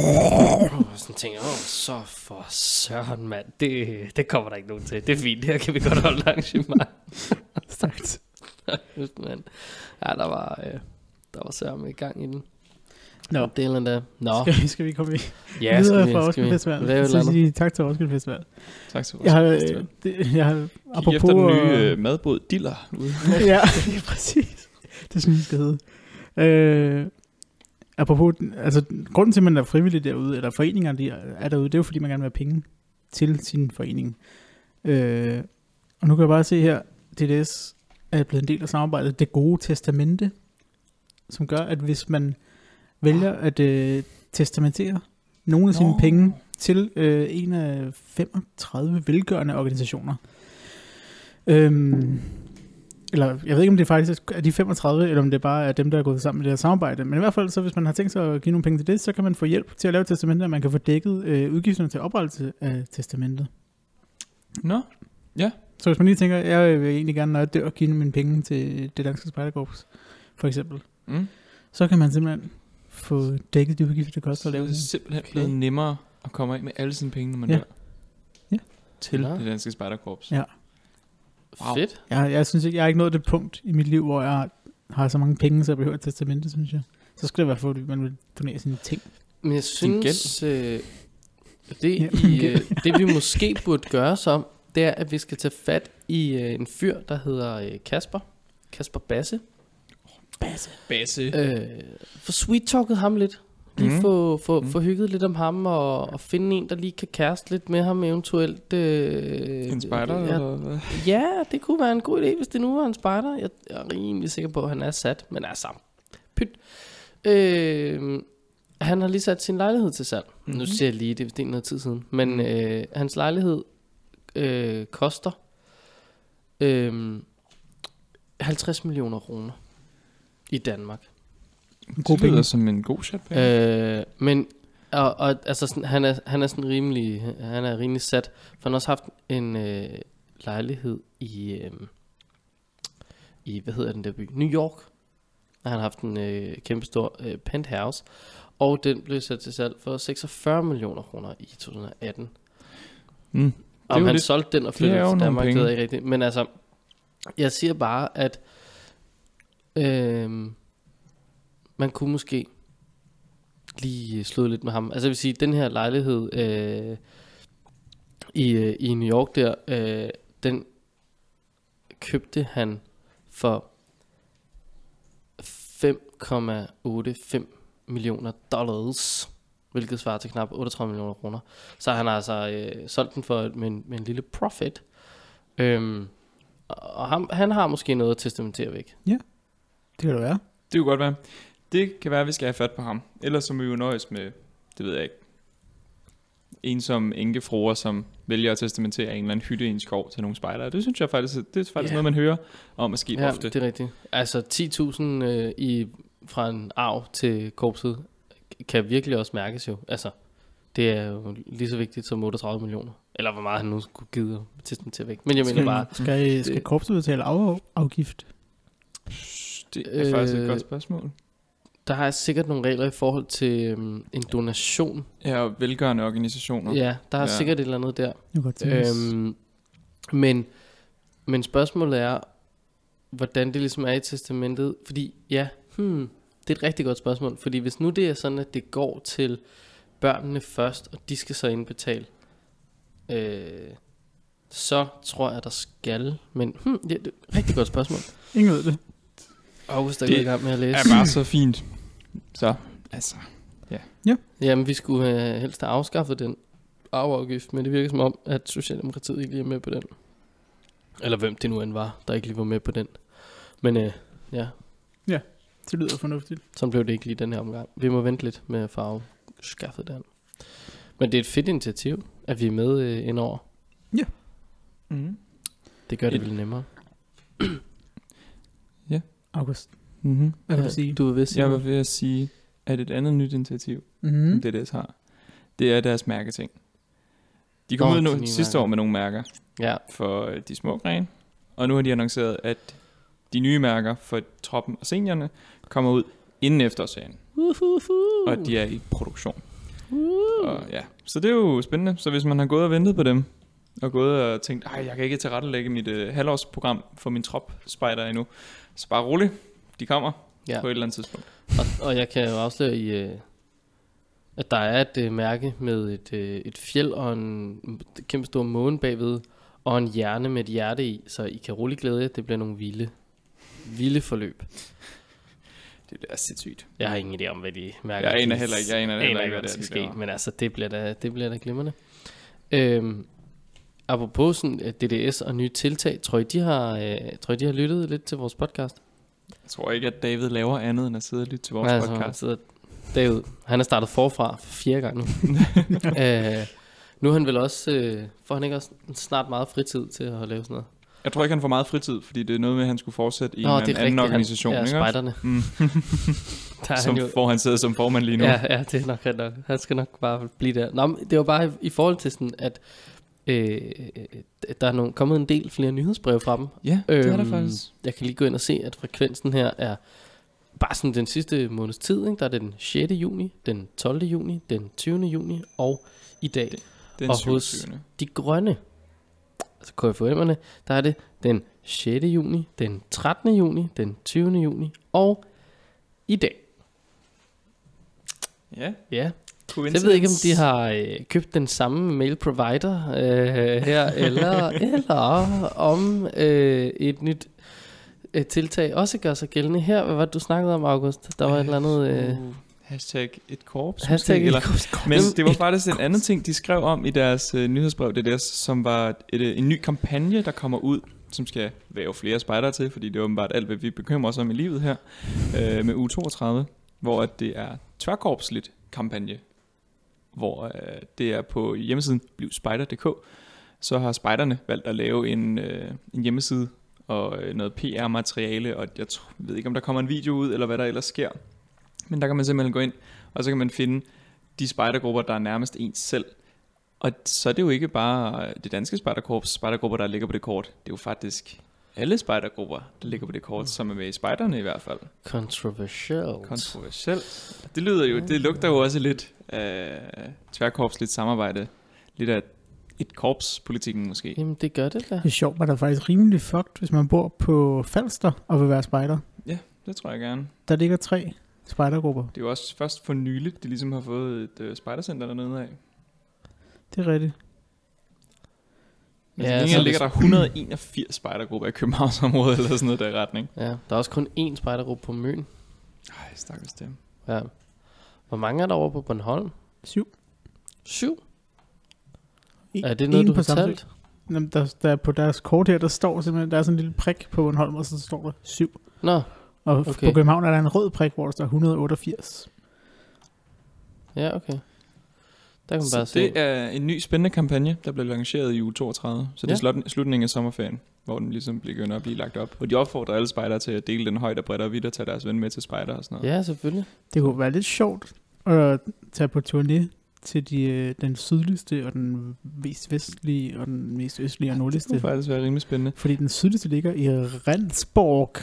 Speaker 1: sådan tænkte jeg, åh, så for søren, mand. Det, det kommer der ikke nogen til. Det er fint, det her kan vi godt holde arrangement.
Speaker 3: Stærkt.
Speaker 1: Kæft, mand. Ja, der var, øh, der var sørme i gang i den.
Speaker 3: Nå.
Speaker 1: Delen der. Nå,
Speaker 3: Skal, skal vi komme i-
Speaker 1: ja,
Speaker 3: videre
Speaker 1: skal vi, skal
Speaker 3: fra
Speaker 1: vi
Speaker 3: Roskilde Festival?
Speaker 1: lave et
Speaker 3: Så
Speaker 1: eller andet?
Speaker 3: sige tak til Roskilde Festival.
Speaker 2: Tak til vores
Speaker 3: Jeg har,
Speaker 2: festival.
Speaker 3: øh, det, jeg har
Speaker 2: Kig efter den nye
Speaker 3: øh,
Speaker 2: øh, madbåd Diller ude.
Speaker 3: ja, det er præcis. Det synes jeg, det skal hedde. Øh, apropos, den- altså, grunden til, at man er frivillig derude, eller foreningerne de er derude, det er jo, fordi man gerne vil have penge til sin forening. Øh, og nu kan jeg bare se her, DDS er blevet en del af samarbejdet Det Gode Testamente, som gør, at hvis man vælger at øh, testamentere nogle af sine
Speaker 2: Nå.
Speaker 3: penge til øh, en af 35 velgørende organisationer, øhm, eller jeg ved ikke, om det faktisk er de 35, eller om det bare er dem, der er gået sammen i det her samarbejde. Men i hvert fald, så hvis man har tænkt sig at give nogle penge til det, så kan man få hjælp til at lave et testamente, og man kan få dækket øh, udgifterne til oprettelse af testamentet.
Speaker 2: Nå,
Speaker 3: Så hvis man lige tænker, jeg vil egentlig gerne, når jeg dør, give mine penge til det danske spejderkorps, for eksempel,
Speaker 2: mm.
Speaker 3: så kan man simpelthen få dækket de udgifter, det koster
Speaker 2: så
Speaker 3: at lave
Speaker 2: det er
Speaker 3: det.
Speaker 2: simpelthen
Speaker 3: Okay.
Speaker 2: okay. blevet nemmere at komme af med alle sine penge, når man
Speaker 3: Ja.
Speaker 2: dør.
Speaker 3: Ja.
Speaker 2: Til
Speaker 1: Nå.
Speaker 2: det danske spejderkorps.
Speaker 3: Ja.
Speaker 2: Wow.
Speaker 1: Fedt.
Speaker 3: Jeg, jeg synes ikke, jeg har ikke nået det punkt i mit liv, hvor jeg har, har så mange penge, så jeg behøver et testamente, synes jeg. Så skal det være for, at man vil donere sine ting.
Speaker 1: Men jeg
Speaker 2: Din gæld.
Speaker 1: synes, øh, det,
Speaker 3: Ja, min
Speaker 1: I, øh, det vi måske burde gøre så, det er, at vi skal tage fat i øh, en fyr, der hedder øh, Kasper. Kasper Basse.
Speaker 3: Basse.
Speaker 2: Basse.
Speaker 1: Øh, få sweet-talket ham lidt. Lige
Speaker 2: Mm.
Speaker 1: mm. få, få,
Speaker 2: Mm.
Speaker 1: mm. få hygget lidt om ham, og, og finde en, der lige kan kæreste lidt med ham eventuelt. Øh,
Speaker 2: En spejder,
Speaker 1: ja,
Speaker 2: eller hvad?
Speaker 1: Ja, det kunne være en god idé, hvis det nu var en spejder. Jeg jeg er rimelig sikker på, at han er sat, men er sammen. Pyt. Øh, han har lige sat sin lejlighed til salg. Mm-hmm.
Speaker 2: Mhm.
Speaker 1: Nu ser jeg lige, det er vist ikke noget tid siden. Men øh, hans lejlighed øh, koster øh, 50 millioner kroner i Danmark.
Speaker 3: God
Speaker 2: Det lyder
Speaker 3: penge.
Speaker 2: som en god chat. Øh.
Speaker 1: Øh, men og, og, altså, sådan, han, er, han er sådan rimelig, han er rimelig sat, for han har også haft en øh, lejlighed i, øh, i, hvad hedder den der by? New York. Og han har haft en øh, kæmpe stor øh, penthouse, og den blev sat til salg for 46 millioner kroner i 2018.
Speaker 2: Mm. er
Speaker 1: Om
Speaker 2: jo
Speaker 1: han
Speaker 2: lidt-
Speaker 1: solgte den og
Speaker 2: det
Speaker 1: flyttede
Speaker 2: er jo
Speaker 1: til
Speaker 2: nogle
Speaker 1: Danmark, det ved
Speaker 2: penge.
Speaker 1: jeg ikke rigtigt. Men altså, jeg siger bare, at øhm, man kunne måske lige slå lidt med ham. Altså jeg vil sige, den her lejlighed øh, i, øh, i New York der, øh, den købte han for 5,85 millioner dollars, hvilket svarer til knap 38 millioner kroner. Så han har altså øh, solgt den for med en, med en lille profit. Øhm, og ham, han har måske noget at testamentere væk.
Speaker 3: Det kan det være.
Speaker 2: Det kunne godt være. Det kan være, at vi skal have fat på ham. Ellers så må vi jo nøjes med, det ved jeg ikke, en som enkefruer, som vælger at testamentere en eller anden hytte i en skov til nogle spejdere. Det synes jeg faktisk, det er faktisk
Speaker 1: Ja.
Speaker 2: noget, man hører om at ske
Speaker 1: Ja,
Speaker 2: ofte.
Speaker 1: det er rigtigt. Altså 10.000 øh, i, fra en arv til korpset kan virkelig også mærkes jo. Altså, det er jo lige så vigtigt som 38 millioner. Eller hvor meget han nu skulle give at testamentere væk. Men jeg mener
Speaker 3: Skal,
Speaker 1: bare,
Speaker 3: skal, skal korpset betale af, afgift?
Speaker 2: Det er faktisk et
Speaker 1: Øh,
Speaker 2: godt spørgsmål.
Speaker 1: der er sikkert nogle regler i forhold til øhm, en donation.
Speaker 2: Ja, og velgørende organisationer.
Speaker 1: Ja, der er
Speaker 2: Ja.
Speaker 1: ja. sikkert et eller andet der.
Speaker 3: Jeg kan godt tænke øhm,
Speaker 1: Øhm, men, men spørgsmålet er, hvordan det ligesom er i testamentet. Fordi ja, hmm, det er et rigtig godt spørgsmål. Fordi hvis nu det er sådan, at det går til børnene først, og de skal så indbetale. Øh, så tror jeg, der skal, men hmm, det er et rigtig godt spørgsmål.
Speaker 3: Ingen ved det.
Speaker 1: August er
Speaker 2: Det
Speaker 1: det, i gang med at læse.
Speaker 2: er bare så fint. Så, altså.
Speaker 1: Jamen, vi skulle øh, helst have afskaffet den arveafgift, men det virker som om, at Socialdemokratiet ikke lige er med på den. Eller hvem det nu end var, der ikke lige var med på den. Men øh, ja,
Speaker 3: Det lyder fornuftigt.
Speaker 1: sådan blev det ikke lige den her omgang. Vi må vente lidt med at få afskaffet den. Men det er et fedt initiativ, at vi er med øh, indover. Mhm.
Speaker 2: Mm.
Speaker 1: Det gør det
Speaker 2: Et-
Speaker 1: vel nemmere.
Speaker 3: August,
Speaker 2: Mm-hmm.
Speaker 3: hvad vil du sige?
Speaker 1: Øh, Du er ved,
Speaker 2: Jeg
Speaker 1: Simon.
Speaker 2: vil ved at sige, at et andet nyt initiativ,
Speaker 3: Mm-hmm.
Speaker 1: Mhm.
Speaker 2: mm. DDS har, det er deres mærketing. De kom
Speaker 1: Nå,
Speaker 2: ud
Speaker 1: de nye
Speaker 2: nu, sidste
Speaker 1: mærker.
Speaker 2: år med nogle mærker
Speaker 1: Ja,
Speaker 2: for øh, de små grene, og nu har de annonceret, at de nye mærker for troppen og seniorerne kommer ud inden efterårsferien,
Speaker 1: Uhuhu.
Speaker 2: og de er i produktion. Og, ja. Så det er jo spændende. Så hvis man har gået og ventet på dem, og gået og tænkt, ej, jeg kan ikke tilrettelægge mit øh, halvårsprogram for min trop spider endnu, så bare rolig, de kommer
Speaker 1: Ja.
Speaker 2: ja. på et eller andet tidspunkt.
Speaker 1: Og, og jeg kan jo afsløre, i, øh, at der er et øh, mærke med et, øh, et fjeld og en kæmpe stor måne bagved, og en hjerne med et hjerte i, så I kan roligt glæde jer, det bliver nogle vilde, vilde forløb.
Speaker 2: Det er sindssygt.
Speaker 1: Jeg har ingen idé om, hvad de mærker.
Speaker 2: Jeg aner heller ikke, jeg aner
Speaker 1: Jeg aner
Speaker 2: heller
Speaker 1: ikke,
Speaker 2: ikke,
Speaker 1: hvad der skal
Speaker 2: det
Speaker 1: ske,
Speaker 2: er, de
Speaker 1: men altså, det bliver da, det bliver da glimrende. Øhm, apropos sådan, øh, DDS og nye tiltag, tror I, de har, øh, tror I, de har lyttet lidt til vores podcast?
Speaker 2: Jeg tror ikke, at David laver andet end at sidde og lytte til vores
Speaker 1: Altså,
Speaker 2: podcast.
Speaker 1: sidder David, han er startet forfra for fjerde gang nu. øh, nu er han vel også, øh, får han ikke også snart meget fritid til at lave sådan noget?
Speaker 2: Jeg tror ikke, han får meget fritid, fordi det er noget med, at han skulle fortsætte i en anden anden organisation,
Speaker 1: han,
Speaker 2: ikke
Speaker 1: ja,
Speaker 2: også?
Speaker 1: spejderne.
Speaker 2: Mm.
Speaker 1: Der er
Speaker 2: som,
Speaker 1: han jo,
Speaker 2: hvor han sidder som formand lige nu.
Speaker 1: ja, ja, det er nok rigtig nok. Han skal nok bare blive der. Nå, men det var bare i, i forhold til sådan, at øh, der er nogle, kommet en del flere nyhedsbreve fra dem,
Speaker 2: ja
Speaker 1: Øhm, Jeg kan lige gå ind og se, at frekvensen her er bare sådan den sidste måneds tid. Ikke? Der er den 6. juni, den 12. juni, den 20. juni og i dag.
Speaker 2: Det- Den
Speaker 1: og
Speaker 2: og
Speaker 1: hos-
Speaker 2: 27.
Speaker 1: De grønne, altså KFUM'erne, der er det den 6. juni, den 13. juni, den 20. juni og i dag.
Speaker 2: Ja,
Speaker 1: Ja, så jeg
Speaker 2: coincidence.
Speaker 1: ved ikke, om de har øh, købt den samme mail provider øh, her, eller, eller om øh, et nyt øh, tiltag også gør sig gældende her. Hvad var det, du snakkede om, August? Der var et eller andet... Øh,
Speaker 2: Uh, hashtag et korps.
Speaker 1: hashtag
Speaker 2: måske,
Speaker 1: eller,
Speaker 2: eller, men det var
Speaker 1: et
Speaker 2: faktisk en anden ting, de skrev om i deres øh, nyhedsbrev, det der, som var et, øh, en ny kampagne, der kommer ud, som skal være flere spejdere til, fordi det er åbenbart alt, hvad vi bekymrer os om i livet her, øh, med u 32, hvor at det er tværkorpsligt kampagne, hvor øh, det er på hjemmesiden blivspejder.dk, så har spejderne valgt at lave en, øh, en hjemmeside og øh, noget PR-materiale, og jeg tr- ved ikke, om der kommer en video ud, eller hvad der ellers sker. Men der kan man simpelthen gå ind, og så kan man finde de spejdergrupper, der er nærmest ens selv. Og så er det jo ikke bare det danske spejderkorps, spejdergrupper, der ligger på det kort. Det er jo faktisk alle spejdergrupper, der ligger på det kort, som er med i spejderne i hvert fald.
Speaker 1: Controversial.
Speaker 2: Kontroversielt. Det lyder jo, det lugter jo også lidt af tværkorpsligt samarbejde. Lidt af et korpspolitikken måske.
Speaker 1: Jamen, det gør det da.
Speaker 3: Det er sjovt, men der er faktisk rimelig fucked, hvis man bor på Falster og vil være spejder.
Speaker 2: Det tror jeg gerne.
Speaker 3: Der ligger tre spejdergrupper.
Speaker 2: Det er jo også først for nyligt, de ligesom har fået et øh, spejdercenter dernede af.
Speaker 3: Det er rigtigt.
Speaker 1: Ja,
Speaker 2: Ja,
Speaker 1: så
Speaker 2: altså,
Speaker 1: hvis-
Speaker 2: så ligger der 181 spejdergrupper i Københavnsområdet eller sådan noget der i retning.
Speaker 1: Ja, der er også kun én spejdergruppe på Møn.
Speaker 2: Ej, stakkels dem.
Speaker 1: Ja. Hvor mange er der over på Bornholm?
Speaker 3: Syv.
Speaker 1: Syv?
Speaker 3: En,
Speaker 1: Er det noget,
Speaker 3: en
Speaker 1: du
Speaker 3: på
Speaker 1: har
Speaker 3: Samsø.
Speaker 1: talt?
Speaker 3: Jamen, der, der, er på deres kort her, der står simpelthen, der er sådan en lille prik på Bornholm, og så står der syv.
Speaker 1: Nå,
Speaker 3: Og
Speaker 1: Okay.
Speaker 3: okay. på København er der en rød prik, hvor der står 188.
Speaker 1: ja, okay. Der kan man bare
Speaker 2: Så
Speaker 1: se.
Speaker 2: det er en ny spændende kampagne, der blev lanceret i uge 32. Så det er
Speaker 1: Ja.
Speaker 2: slot- slutningen af sommerferien, hvor den ligesom begynder at blive lagt op. Og de opfordrer alle spejdere til at dele den højt og bredt og vidt og tage deres ven med til spejder og sådan noget.
Speaker 1: Ja, selvfølgelig.
Speaker 3: Det kunne være lidt sjovt at tage på turné til de, øh, den sydligste og den mest vestlige og den mest østlige og
Speaker 2: det kunne
Speaker 3: nordligste.
Speaker 2: faktisk være rimelig spændende.
Speaker 3: Fordi den sydligste ligger i Rendsborg.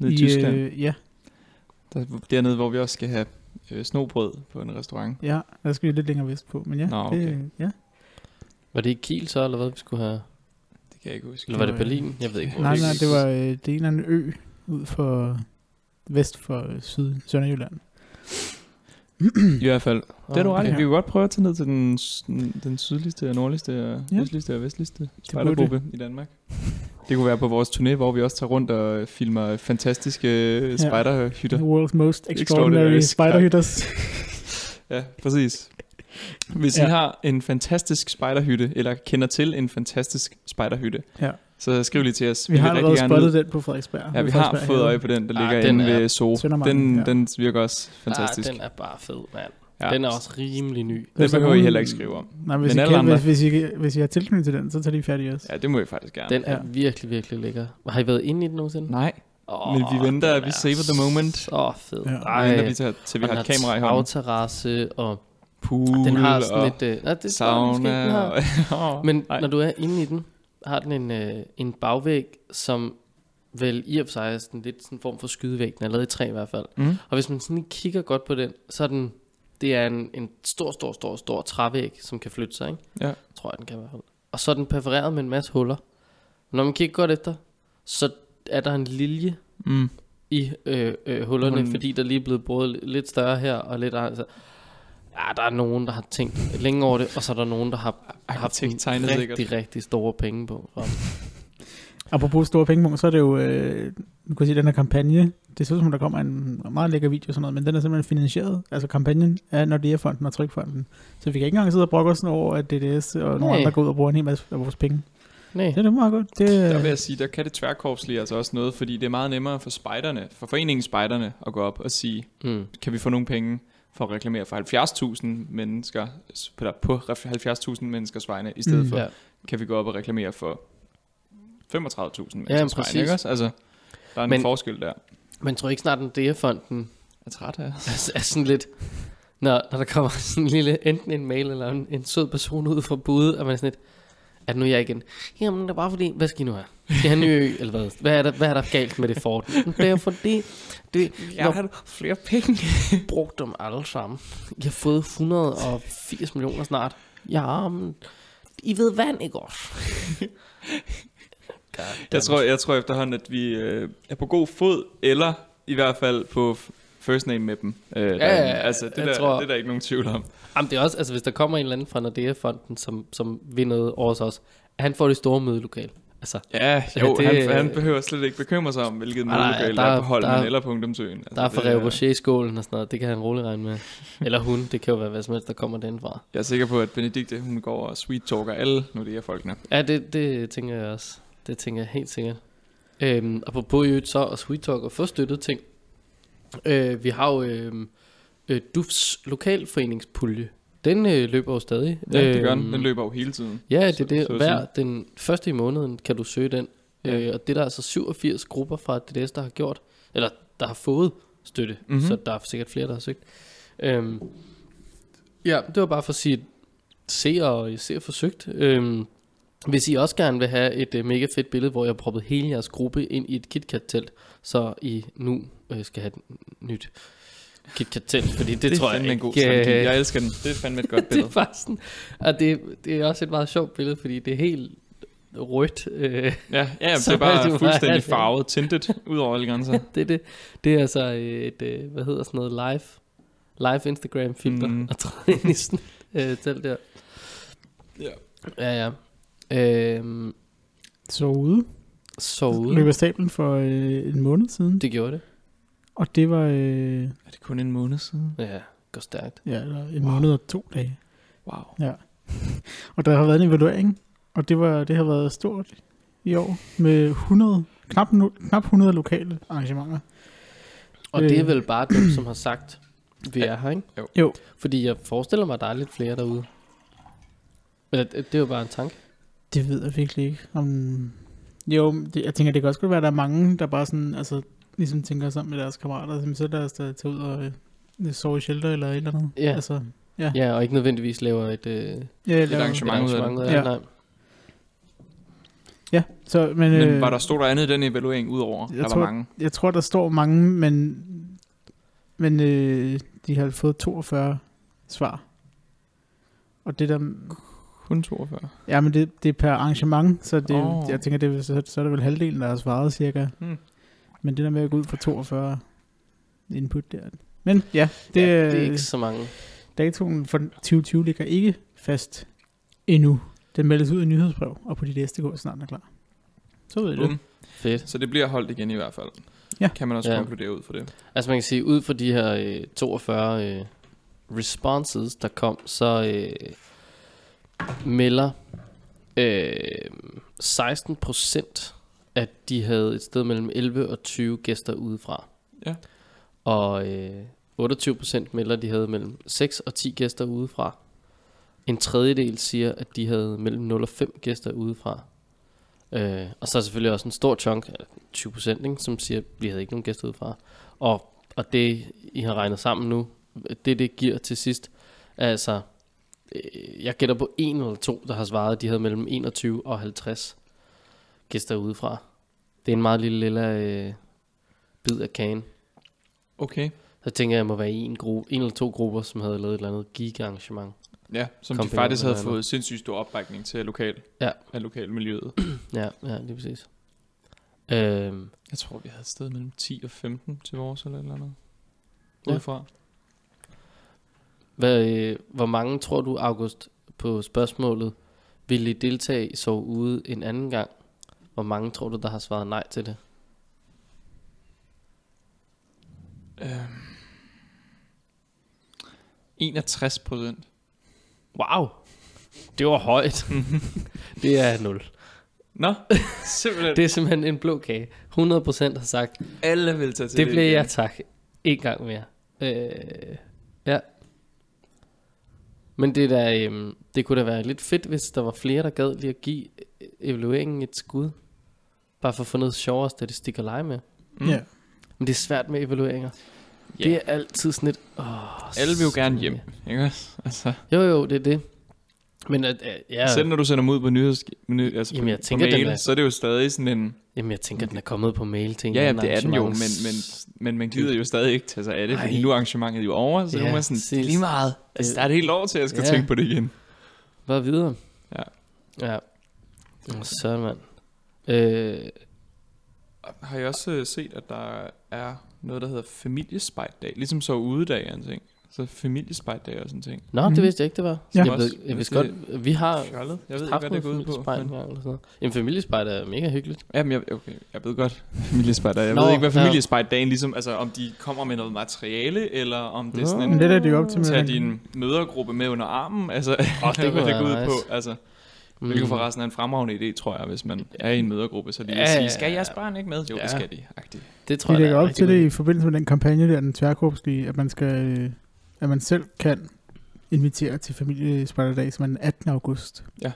Speaker 2: Nede i,
Speaker 3: øh,
Speaker 2: Tyskland.
Speaker 3: ja,
Speaker 2: Der, dernede, hvor vi også skal have øh, snobrød på en restaurant.
Speaker 3: ja, der skal vi lidt længere vest på, men ja.
Speaker 2: Nå, okay.
Speaker 3: det, ja.
Speaker 1: Var det i Kiel så, eller hvad vi skulle have?
Speaker 2: Det kan jeg ikke huske.
Speaker 1: Eller var det
Speaker 3: var-
Speaker 1: Berlin? Jeg ved ikke. hvor
Speaker 3: Øh. Nej,
Speaker 1: det er.
Speaker 3: nej, det var øh, det er en eller øh, anden ø ud for vest for øh, syd Sønderjylland.
Speaker 2: I hvert fald. Det er du ret i.
Speaker 3: okay.
Speaker 2: Vi kan godt prøve at tage ned til den, s- den, den sydligste, og nordligste, og
Speaker 3: Ja.
Speaker 2: østligste og vestligste
Speaker 3: burde det.
Speaker 2: spejdergruppe i Danmark. Det kunne være på vores turné, hvor vi også tager rundt og filmer fantastiske ja.
Speaker 3: The
Speaker 2: spejderhytter.
Speaker 3: world's most
Speaker 2: Extraordinary
Speaker 3: extraordinary spiderhytters.
Speaker 2: Ja, præcis. Hvis ja.
Speaker 3: Ja.
Speaker 2: I har en fantastisk spejderhytte, eller kender til en fantastisk spejderhytte,
Speaker 3: Ja.
Speaker 2: så skriv lige til os.
Speaker 3: Vi har
Speaker 2: vil
Speaker 3: allerede
Speaker 2: rigtig gerne
Speaker 3: spottet
Speaker 2: ud.
Speaker 3: den på Frederiksberg.
Speaker 2: Ja, vi har fået øje på den, der
Speaker 1: Ah,
Speaker 2: ligger
Speaker 1: den
Speaker 2: inde
Speaker 1: er-
Speaker 2: ved Zoo.
Speaker 3: Søndermarken,
Speaker 2: Den,
Speaker 3: ja.
Speaker 2: den virker også fantastisk.
Speaker 1: Ah, den er bare fed, mand.
Speaker 2: ja.
Speaker 1: Den er også rimelig ny.
Speaker 2: Den behøver I heller ikke skrive om.
Speaker 3: Nej, hvis,
Speaker 2: Men
Speaker 3: I
Speaker 2: alle
Speaker 3: kan,
Speaker 2: andre-
Speaker 3: hvis, hvis, I, hvis I har tilknytning til den, så tager de fat i os.
Speaker 2: Ja, det må I faktisk gerne.
Speaker 1: Den er
Speaker 3: Ja.
Speaker 1: virkelig, virkelig lækker. Har I været inde i den nogensinde?
Speaker 2: Nej,
Speaker 1: Oh,
Speaker 2: Men vi venter, vi savor the moment.
Speaker 1: Så fed.
Speaker 3: Ja, vi
Speaker 2: Ej, venter vi til, til vi
Speaker 1: og
Speaker 2: har et
Speaker 1: den
Speaker 2: kamera i
Speaker 1: har
Speaker 2: hånden.
Speaker 1: tagterrasse, og
Speaker 2: Pool
Speaker 1: den har sådan
Speaker 2: og
Speaker 1: lidt... Øh, nej, det tror jeg måske ikke, den
Speaker 2: sauna.
Speaker 1: har.
Speaker 2: Og, Åh,
Speaker 1: Men
Speaker 2: nej.
Speaker 1: når du er inde i den, har den en, øh, en bagvæg, som vel i og for sig er sådan lidt sådan en form for skydevæg. Den er lavet i træ i hvert fald.
Speaker 2: Mm.
Speaker 1: Og hvis man sådan lige kigger godt på den, så er den, det er en, en stor, stor, stor, stor trævæg, som kan flytte sig, ikke?
Speaker 2: Ja.
Speaker 1: Tror jeg, den kan i hvert fald. Og så er den perforeret med en masse huller. Når man kigger godt efter, så er der en lilje
Speaker 2: Mm.
Speaker 1: i øh, øh, hullerne,
Speaker 2: Hullene.
Speaker 1: fordi der lige er blevet boret li- lidt større her og lidt altså, Ja, der er nogen, der har tænkt længe over det, og så er der nogen, der har haft
Speaker 2: Arkitekt
Speaker 1: nogle
Speaker 2: tegnet
Speaker 1: rigtig,
Speaker 2: sikkert.
Speaker 1: rigtig store penge på. Så.
Speaker 3: Apropos store pengepunkt, så er det jo, øh, nu kan jeg se, den her kampagne, det ser ud som, der kommer en meget lækker video og sådan noget, men den er simpelthen finansieret, altså kampagnen af Nordea-fonden og Trykfonden. Så vi kan ikke engang sidde og brokke os over, at DDS og nogle
Speaker 1: Nej.
Speaker 3: andre går ud og bruger en hel masse af vores penge.
Speaker 1: Nej.
Speaker 3: Det er da meget godt. Det,
Speaker 2: Der
Speaker 1: Øh.
Speaker 2: vil jeg sige, der kan det tværkorpslige altså også noget, fordi det er meget nemmere for spejderne, for foreningen spejderne, at gå op og sige,
Speaker 1: Mm.
Speaker 2: kan vi få nogle penge for at reklamere for 70.000 mennesker, eller på 70.000 menneskers vegne, i stedet mm,
Speaker 3: Mm.
Speaker 2: for,
Speaker 1: Ja.
Speaker 2: kan vi gå op og reklamere for 35.000 menneskers
Speaker 1: præcis.
Speaker 2: vegne, ikke også? Altså, der er
Speaker 1: Men-
Speaker 2: en forskel der. Jeg
Speaker 1: Men tror I ikke snart, at DF-fonden
Speaker 2: er træt af
Speaker 1: er er sådan lidt... Når, når der kommer sådan en lille, enten en mail eller en, en sød person ud fra budet, og man er sådan lidt, at nu er jeg igen, jamen det er bare fordi, hvad skal I nu have? Skal I have en ny ø, eller hvad? Hvad er der, hvad er der galt med det fort? Det er fordi, det,
Speaker 2: Jeg har flere penge.
Speaker 1: brugt dem alle sammen. Jeg har fået 180 millioner snart. Ja, men I ved vand, ikke også?
Speaker 2: Jeg tror, jeg tror efterhånden, at vi øh, er på god fod, eller i hvert fald på f- first name med dem. Øh, ja, altså, det,
Speaker 1: jeg
Speaker 2: der,
Speaker 1: tror-
Speaker 2: det er der ikke nogen tvivl om.
Speaker 1: Jamen, det er også, altså hvis der kommer en eller anden fra Nordea-fonden, som, som vinder noget over os, han får det store mødelokal. Altså,
Speaker 2: Ja,
Speaker 1: Ja,
Speaker 2: jo,
Speaker 1: det-
Speaker 2: det, han, han behøver slet ikke bekymre sig om, hvilket
Speaker 1: Nej, nej,
Speaker 2: mållokale der,
Speaker 1: der
Speaker 2: er
Speaker 1: er-
Speaker 2: på Holmen
Speaker 1: der er-
Speaker 2: eller på Ungdomsøen. Altså,
Speaker 1: der er
Speaker 2: det
Speaker 1: Ferrero Rocher i skålen og sådan noget, det kan han roligt regne med. Eller hun, det kan jo være hvad som helst, der kommer denfra.
Speaker 2: Jeg er sikker på, at Benedikte, hun går og sweet-talker alle Nordea-folkene.
Speaker 1: Ja, det, det tænker jeg også. Det tænker jeg helt sikkert. Øhm, apropos i øvrigt så og Sweet Talk og få støttet ting. Øh, vi har jo øhm, øh, Dufs lokalforeningspulje. Den øh, løber jo stadig. Øhm,
Speaker 2: Ja, det gør den. Den løber jo hele tiden.
Speaker 1: Ja, det
Speaker 2: så-
Speaker 1: er det.
Speaker 2: så at
Speaker 1: Hver
Speaker 2: sige.
Speaker 1: den første i måneden kan du søge den.
Speaker 2: Ja.
Speaker 1: Øh, og det er der altså 87 grupper fra DDS, der har gjort, eller der har fået støtte.
Speaker 2: Mhm.
Speaker 1: Mm-hmm. Så der er sikkert flere, der har søgt. Øhm, ja, det var bare for at sige, se og se og forsøgt. Øhm, hvis I også gerne vil have et øh, mega fedt billede, hvor jeg har proppet hele jeres gruppe ind i et KitKat-telt, så I nu øh, skal have et nyt KitKat-telt, fordi det,
Speaker 2: det
Speaker 1: tror
Speaker 2: er
Speaker 1: jeg
Speaker 2: fandme
Speaker 1: ikke...
Speaker 2: en god
Speaker 1: øh,
Speaker 2: strategi. Jeg elsker den. Det er fandme et godt
Speaker 1: det
Speaker 2: billede.
Speaker 1: er bare sådan, og det, det er også et meget sjovt billede, fordi det er helt rødt. Øh,
Speaker 2: Ja, ja
Speaker 1: Så
Speaker 2: det er
Speaker 1: er det jo
Speaker 2: bare
Speaker 1: bare-
Speaker 2: fuldstændig farvet, tintet, ud over alle grænser.
Speaker 1: det, er det, det er altså et, øh, hvad hedder sådan noget, live, live Instagram-filter,
Speaker 2: Mhm.
Speaker 1: mm. og træde ind i sådan øh, telt der.
Speaker 2: Ja.
Speaker 1: Ja, ja. Øh,
Speaker 3: så ude.
Speaker 1: så
Speaker 3: Løb
Speaker 1: ude.
Speaker 3: af stablen for øh, en måned siden, det.
Speaker 1: Det gjorde det.
Speaker 3: og det var øh,
Speaker 2: Er det kun en måned siden?
Speaker 1: Ja, går stærkt.
Speaker 3: ja, eller en wow. måned og to dage.
Speaker 2: Wow.
Speaker 3: Og der har været en evaluering, og det, var, det har været stort i år med 100, knap, nu- knap 100 lokale arrangementer.
Speaker 1: Og det er
Speaker 3: Øh.
Speaker 1: vel bare dem, som har sagt, vi er her, ikke?
Speaker 2: Jo.
Speaker 3: Jo.
Speaker 1: Fordi jeg forestiller mig, at der er lidt flere derude. Men det, det er jo bare en tanke.
Speaker 3: Det ved jeg virkelig ikke. Om... Jo, det, jeg tænker, det kan også godt være, at der er mange, der bare sådan, altså, ligesom tænker sammen med deres kammerater, som så lad os da tage ud og øh, sove i shelter eller et eller andet.
Speaker 1: Ja.
Speaker 3: Altså,
Speaker 1: Ja, og ikke nødvendigvis laver et... Øh,
Speaker 3: ja,
Speaker 2: Et arrangement.
Speaker 1: mange
Speaker 2: ud af
Speaker 1: mange
Speaker 2: det.
Speaker 1: af
Speaker 3: Ja.
Speaker 1: det. Nej.
Speaker 3: Ja, så, men,
Speaker 2: Men
Speaker 3: øh,
Speaker 2: var der, stod der andet i den evaluering, udover
Speaker 3: Jeg
Speaker 2: der
Speaker 3: tror-
Speaker 2: var mange?
Speaker 3: jeg tror, der står mange, men, men øh, de har fået 42 svar. Og det der,
Speaker 2: Kun 42.
Speaker 3: ja, men det, det er per arrangement, så det,
Speaker 2: Åh.
Speaker 3: oh. jeg tænker, det, er vel- så, så er det vel halvdelen, der har svaret cirka.
Speaker 2: Hmm.
Speaker 3: Men det der med at gå ud for 42 input der, Men ja, det,
Speaker 1: ja,
Speaker 3: ja,
Speaker 1: det er ikke så mange.
Speaker 3: datoen for 2020 ligger ikke fast endnu. Den meldes ud i nyhedsbrev, og på de næste går snart er klar. Så ved I det.
Speaker 2: Bum.
Speaker 1: Fedt.
Speaker 2: Mm. Så det bliver holdt igen i hvert fald.
Speaker 3: Ja.
Speaker 2: Kan man også
Speaker 1: Ja.
Speaker 2: konkludere ud fra det.
Speaker 1: Altså man kan sige, ud fra de her øh, 42 øh, responses, der kom, så øh, melder øh, 16 procent, at de havde et sted mellem 11 og 20 gæster udefra.
Speaker 2: Ja.
Speaker 1: Og øh, 28 procent melder, at de havde mellem 6 og 10 gæster udefra. En tredjedel siger, at de havde mellem 0 og 5 gæster udefra. Øh, og så er der selvfølgelig også en stor chunk, eller 20 procent, som siger, at vi havde ikke nogen gæster udefra. Og, og det, I har regnet sammen nu, det det giver til sidst, altså, øh, jeg gætter på en eller to, der har svaret, at de havde mellem 21 og 50 gæster udefra. Det er en meget lille lille øh, bid af kagen.
Speaker 2: Okay.
Speaker 1: Så tænker jeg, jeg må være i en, gruppe, en eller to grupper, som havde lavet et eller andet giga-arrangement.
Speaker 2: Ja, som
Speaker 1: Kom
Speaker 2: de faktisk
Speaker 1: på,
Speaker 2: havde
Speaker 1: eller-
Speaker 2: fået sindssygt stor opbakning til lokal,
Speaker 1: Ja.
Speaker 2: af lokalmiljøet.
Speaker 1: Ja, ja, lige præcis. Øhm,
Speaker 2: Jeg tror, vi havde et sted mellem 10 og 15 til vores eller et eller andet.
Speaker 1: Ja.
Speaker 2: Udefra.
Speaker 1: hvad, øh, hvor mange tror du, August, på spørgsmålet, ville I deltage i Sov Ude en anden gang? Hvor mange tror du, der har svaret nej til det?
Speaker 2: Øhm. 61 procent.
Speaker 1: Wow, det var højt. det er 0.
Speaker 2: Nå, simpelthen.
Speaker 1: Det er simpelthen en blå kage. 100% har sagt,
Speaker 2: alle vil tage til
Speaker 1: det
Speaker 2: det,
Speaker 1: bliver
Speaker 2: igen.
Speaker 1: jeg tak. En gang mere. Øh, ja. Men det, der, øhm, det kunne da være lidt fedt, hvis der var flere, der gad lige at give øh, evalueringen et skud. Bare for at få noget sjovere statistik at lege med.
Speaker 2: Mm.
Speaker 3: Ja.
Speaker 1: Men det er svært med evalueringer.
Speaker 2: Ja.
Speaker 1: Det er altid sådan et... Åh,
Speaker 2: Alle vil jo gerne
Speaker 1: sådan-
Speaker 2: hjem, ikke også? Altså,
Speaker 1: Jo, jo, det er det. Men at, øh, ja,
Speaker 2: ja. Selv når du sender dem ud på nyheds... Ny, altså
Speaker 1: Jamen, jeg
Speaker 2: på,
Speaker 1: tænker,
Speaker 2: på
Speaker 1: den
Speaker 2: mail,
Speaker 1: er-
Speaker 2: så er det jo stadig sådan en...
Speaker 1: jamen, jeg tænker, den er kommet på mail til en
Speaker 2: Ja, ja,
Speaker 1: eller anden
Speaker 2: det er den jo, men,
Speaker 1: arrangements-
Speaker 2: men, men man gider jo stadig ikke tage sig af det,
Speaker 1: Ej.
Speaker 2: fordi nu er arrangementet jo over, så
Speaker 1: Ja,
Speaker 2: nu er man sådan, det er
Speaker 1: præcis.
Speaker 2: lige meget. Altså, der er et helt år til, at jeg skal
Speaker 1: Ja.
Speaker 2: ja. tænke på det igen.
Speaker 1: Bare videre.
Speaker 2: Ja.
Speaker 1: Ja. Åh, Så mand. Øh,
Speaker 2: Har I også øh, set, at der er noget, der hedder familiespejtdag? Ligesom så udedag er en ting. Så familiespejtdag er også en ting.
Speaker 1: nå, mm.
Speaker 3: Mhm.
Speaker 1: det vidste jeg ikke, det var.
Speaker 3: Ja.
Speaker 1: Jeg, ved, jeg vidste godt, vi har
Speaker 2: Fjollet. Jeg ved ikke,
Speaker 1: haft
Speaker 2: hvad det
Speaker 1: noget
Speaker 2: går ud på.
Speaker 1: familiespejl
Speaker 2: men-
Speaker 1: engang eller sådan noget. En familiespejl er mega hyggeligt.
Speaker 2: Jamen, jeg, okay, jeg ved godt. Familiespejder. Jeg
Speaker 1: Nå,
Speaker 2: Nå, ved ikke, hvad
Speaker 1: ja.
Speaker 2: familiespejderdagen ligesom... Altså, om de kommer med noget materiale, eller om det er sådan
Speaker 3: Men
Speaker 2: en...
Speaker 3: det er det jo op til.
Speaker 2: Tag
Speaker 3: men-
Speaker 2: din mødergruppe med under armen, altså,
Speaker 1: Åh, det
Speaker 2: det hvad
Speaker 1: kunne
Speaker 2: det går
Speaker 1: være
Speaker 2: ud
Speaker 1: nice.
Speaker 2: på. Altså,
Speaker 1: Mm,
Speaker 2: hvilket forresten er en fremragende idé, tror jeg, hvis man er i en mødergruppe, så lige
Speaker 1: Ja,
Speaker 2: at
Speaker 1: ja,
Speaker 2: sige, skal jeres
Speaker 1: ja.
Speaker 2: barn ikke med? Jo,
Speaker 1: Ja.
Speaker 2: det skal de, agtigt.
Speaker 1: Det tror jeg,
Speaker 3: De lægger
Speaker 1: der er
Speaker 3: op
Speaker 1: rigtig
Speaker 3: til
Speaker 1: god
Speaker 3: det
Speaker 1: idé.
Speaker 3: i forbindelse med den kampagne der, den tværkorpslige, at man skal, øh, at man selv kan invitere til familiespejderdag, som er den 18. august.
Speaker 2: Ja.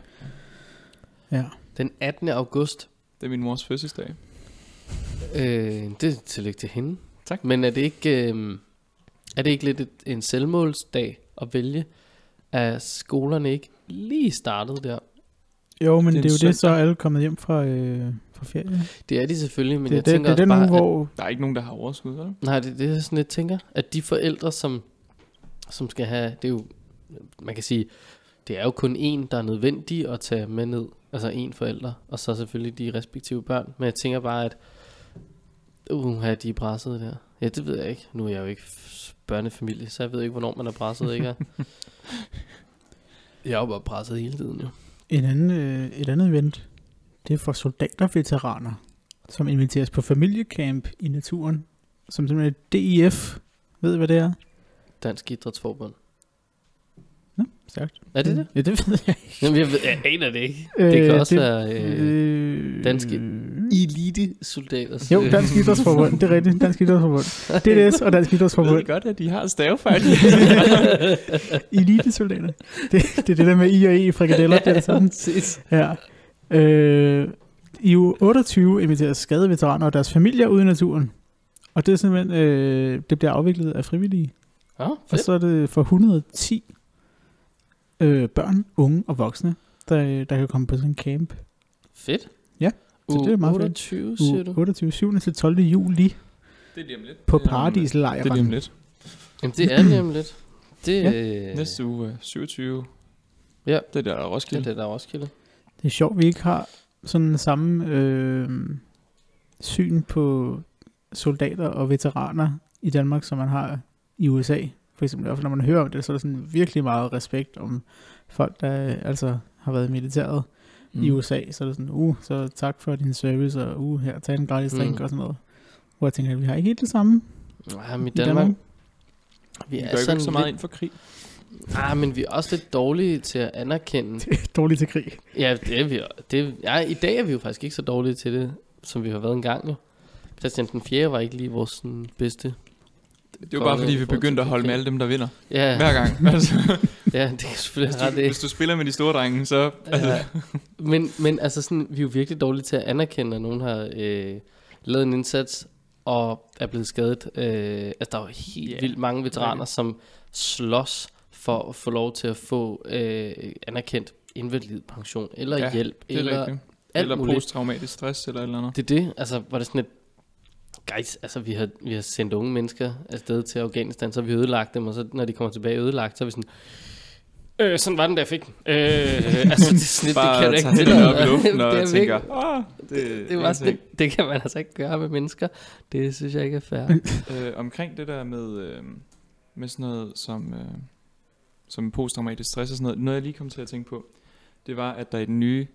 Speaker 3: Ja.
Speaker 1: Den 18. august.
Speaker 2: Det er min mors fødselsdag.
Speaker 1: Øh, det er tillykke til hende.
Speaker 2: Tak.
Speaker 1: Men er det ikke, øh, er det ikke lidt et, en selvmålsdag at vælge, at skolerne ikke lige startede der?
Speaker 3: Jo, men
Speaker 2: Det er
Speaker 3: det, er
Speaker 2: en
Speaker 3: jo det, så er
Speaker 2: søndag.
Speaker 3: alle kommet hjem fra, øh, fra ferie.
Speaker 1: Det er de selvfølgelig, men
Speaker 3: det, er
Speaker 1: jeg
Speaker 3: det,
Speaker 1: tænker
Speaker 3: det er
Speaker 1: også
Speaker 3: den
Speaker 1: bare,
Speaker 3: uge,
Speaker 1: at-
Speaker 3: hvor...
Speaker 2: Der er ikke nogen, der har overskud, vel?
Speaker 1: Nej, det, det er sådan, jeg tænker, at de forældre, som, som skal have, det er jo, man kan sige, det er jo kun en, der er nødvendig at tage med ned, altså en forælder, og så selvfølgelig de respektive børn, men jeg tænker bare, at uh, de er presset der. Ja, det ved jeg ikke. Nu er jeg jo ikke f- børnefamilie, så jeg ved ikke, hvornår man er presset, ikke? jeg er jo bare presset hele tiden, jo.
Speaker 3: En anden, øh, et andet event, det er for soldaterveteraner, som inviteres på familiecamp i naturen, som simpelthen er DIF. Ved I, hvad det er?
Speaker 1: Dansk Idrætsforbund.
Speaker 3: Nå, stærkt.
Speaker 1: Er det det?
Speaker 3: Ja, det ved jeg ikke.
Speaker 1: Jamen, jeg, ved, jeg aner det ikke. Det kan
Speaker 3: Mm. Øh,
Speaker 1: også være... Øh,
Speaker 3: øh,
Speaker 1: Dansk-
Speaker 3: øh,
Speaker 1: elite soldater.
Speaker 3: Jo, Dansk Idrætsforbund. Det er rigtigt. Dansk Idrætsforbund. DDS og Dansk
Speaker 2: Jeg ved
Speaker 3: Idrætsforbund.
Speaker 2: godt, at de har stavefejl.
Speaker 3: Elitesoldater. Det, det er det der med I og E i frikadeller. Det er det samme. Ja. Øh, I u 28 inviterer skadeveteraner og deres familier ud i naturen. Og det er simpelthen, øh, det bliver afviklet af frivillige.
Speaker 1: Ja,
Speaker 3: Og
Speaker 1: fedt.
Speaker 3: så er det for 110 øh, børn, unge og voksne, der, der kan komme på sådan en camp.
Speaker 1: Fedt.
Speaker 3: Ja, så
Speaker 1: U-
Speaker 3: det er meget fedt.
Speaker 1: 28, siger
Speaker 3: U
Speaker 1: du?
Speaker 3: 28. 7. til 12. juli
Speaker 2: det er lige om lidt.
Speaker 3: på
Speaker 2: Det er lige om lidt. Det er lige om
Speaker 3: Paradislejren.
Speaker 2: lidt.
Speaker 1: Jamen, det er nemlig lidt. Det,
Speaker 3: Ja.
Speaker 1: ja.
Speaker 2: Næste uge er 27.
Speaker 1: Ja.
Speaker 2: Det er der er
Speaker 1: det er
Speaker 2: Roskilde.
Speaker 1: det, der er Roskilde.
Speaker 3: Det er sjovt, vi ikke har sådan samme øh, syn på soldater og veteraner i Danmark, som man har i USA, for eksempel. I hvert fald, når man hører om det, så er der sådan virkelig meget respekt om folk, der øh, altså har været i militæret mm. i USA. Så er det sådan, uh, så tak for din service, og uh, her, tag en gratis drink
Speaker 1: Mm.
Speaker 3: og sådan noget. Hvor jeg tænker, at vi har ikke helt det samme
Speaker 1: Ja, men i
Speaker 3: i Danmark.
Speaker 1: Danmark, vi
Speaker 2: Vi
Speaker 1: er
Speaker 2: går ikke
Speaker 1: sådan
Speaker 2: så meget
Speaker 1: lidt,
Speaker 2: ind for krig.
Speaker 1: ah, men vi er også lidt dårlige til at anerkende.
Speaker 3: Dårligt til krig.
Speaker 1: Ja, det er vi. Det, ja, i dag er vi jo faktisk ikke så dårlige til det, som vi har været engang jo. Christian den 4. var ikke lige vores sådan, bedste.
Speaker 2: Det var bare fordi, vi begyndte at holde med alle dem, der vinder.
Speaker 1: Ja,
Speaker 2: Hver gang. Altså,
Speaker 1: ja det kan selvfølgelig
Speaker 2: hvis,
Speaker 1: have ret
Speaker 2: du,
Speaker 1: i.
Speaker 2: hvis du spiller med de store drenge, så... Altså,
Speaker 1: Ja. Men, men altså sådan, vi er jo virkelig dårlige til at anerkende, at nogen har øh, lavet en indsats og er blevet skadet. Øh, altså, der er jo helt
Speaker 2: Ja,
Speaker 1: yeah. vildt mange veteraner,
Speaker 2: rigtigt.
Speaker 1: som slås for at få lov til at få øh, anerkendt invalidpension, eller
Speaker 2: Ja,
Speaker 1: ja, hjælp,
Speaker 2: det er
Speaker 1: eller
Speaker 2: rigtigt.
Speaker 1: alt
Speaker 2: Eller
Speaker 1: muligt.
Speaker 2: posttraumatisk stress eller et eller andet.
Speaker 1: Det er det, altså var det sådan et, guys, altså vi har, vi har sendt unge mennesker afsted til Afghanistan, så har vi ødelagt dem, og så når de kommer tilbage ødelagt, så er vi sådan, øh, sådan var den, der fik den. Øh, altså det, er sådan, lidt, det
Speaker 2: Bare
Speaker 1: kan du ikke
Speaker 2: tager hænderne
Speaker 1: tillade
Speaker 2: op i
Speaker 1: dig.
Speaker 2: luften og
Speaker 1: Det er
Speaker 2: tænker,
Speaker 1: virkelig-
Speaker 2: ah,
Speaker 1: det,
Speaker 2: det
Speaker 1: det,
Speaker 2: er
Speaker 1: var
Speaker 2: altså
Speaker 1: sådan, det, det kan man altså ikke gøre med mennesker. Det synes jeg ikke er fair.
Speaker 2: Øh, omkring det der med, øh, med sådan noget som, øh, som posttraumatisk stress og sådan noget, noget jeg lige kom til at tænke på, det var, at der i den nye,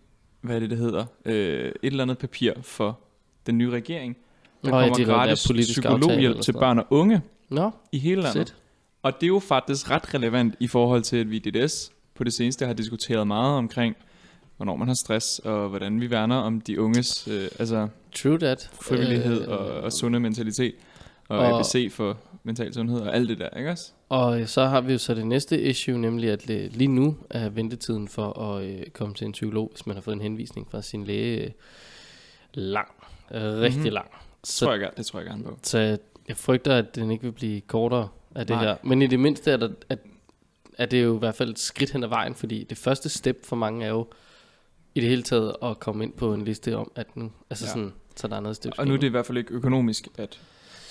Speaker 2: hvad er det, det hedder, øh, et eller andet papir for den nye regering, der
Speaker 1: Nå ja,
Speaker 2: kommer
Speaker 1: det er noget, der er
Speaker 2: gratis
Speaker 1: politisk aftale eller
Speaker 2: psykologhjælp
Speaker 1: sådan
Speaker 2: til
Speaker 1: noget.
Speaker 2: børn og unge
Speaker 1: Nå,
Speaker 2: i hele landet.
Speaker 1: fedt.
Speaker 2: Og det er jo faktisk ret relevant i forhold til, at vi i DDS på det seneste har diskuteret meget omkring, hvornår man har stress, og hvordan vi værner om de unges øh, altså
Speaker 1: True that.
Speaker 2: frivillighed
Speaker 1: Øh,
Speaker 2: øh, og, og sunde mentalitet, og,
Speaker 1: og-
Speaker 2: og ABC for mental sundhed og alt det der, ikke også?
Speaker 1: Og så har vi jo så det næste issue, nemlig at øh, lige nu er ventetiden for at øh, komme til en psykolog, hvis man har fået en henvisning fra sin læge, øh, lang. Øh, Rigtig
Speaker 2: Mhm.
Speaker 1: mm-hmm. lang.
Speaker 2: Det
Speaker 1: Så,
Speaker 2: tror jeg, gerne- det tror jeg gerne på.
Speaker 1: så jeg frygter, at den ikke vil blive kortere af det
Speaker 2: Nej.
Speaker 1: Nej. her. Men i det mindste er, der, at, er det jo i hvert fald et skridt hen ad vejen, fordi det første step for mange er jo i det hele taget at komme ind på en liste om, at nu, altså
Speaker 2: Ja.
Speaker 1: ja. sådan, så der er noget støbt.
Speaker 2: Og nu er det i hvert fald ikke økonomisk, at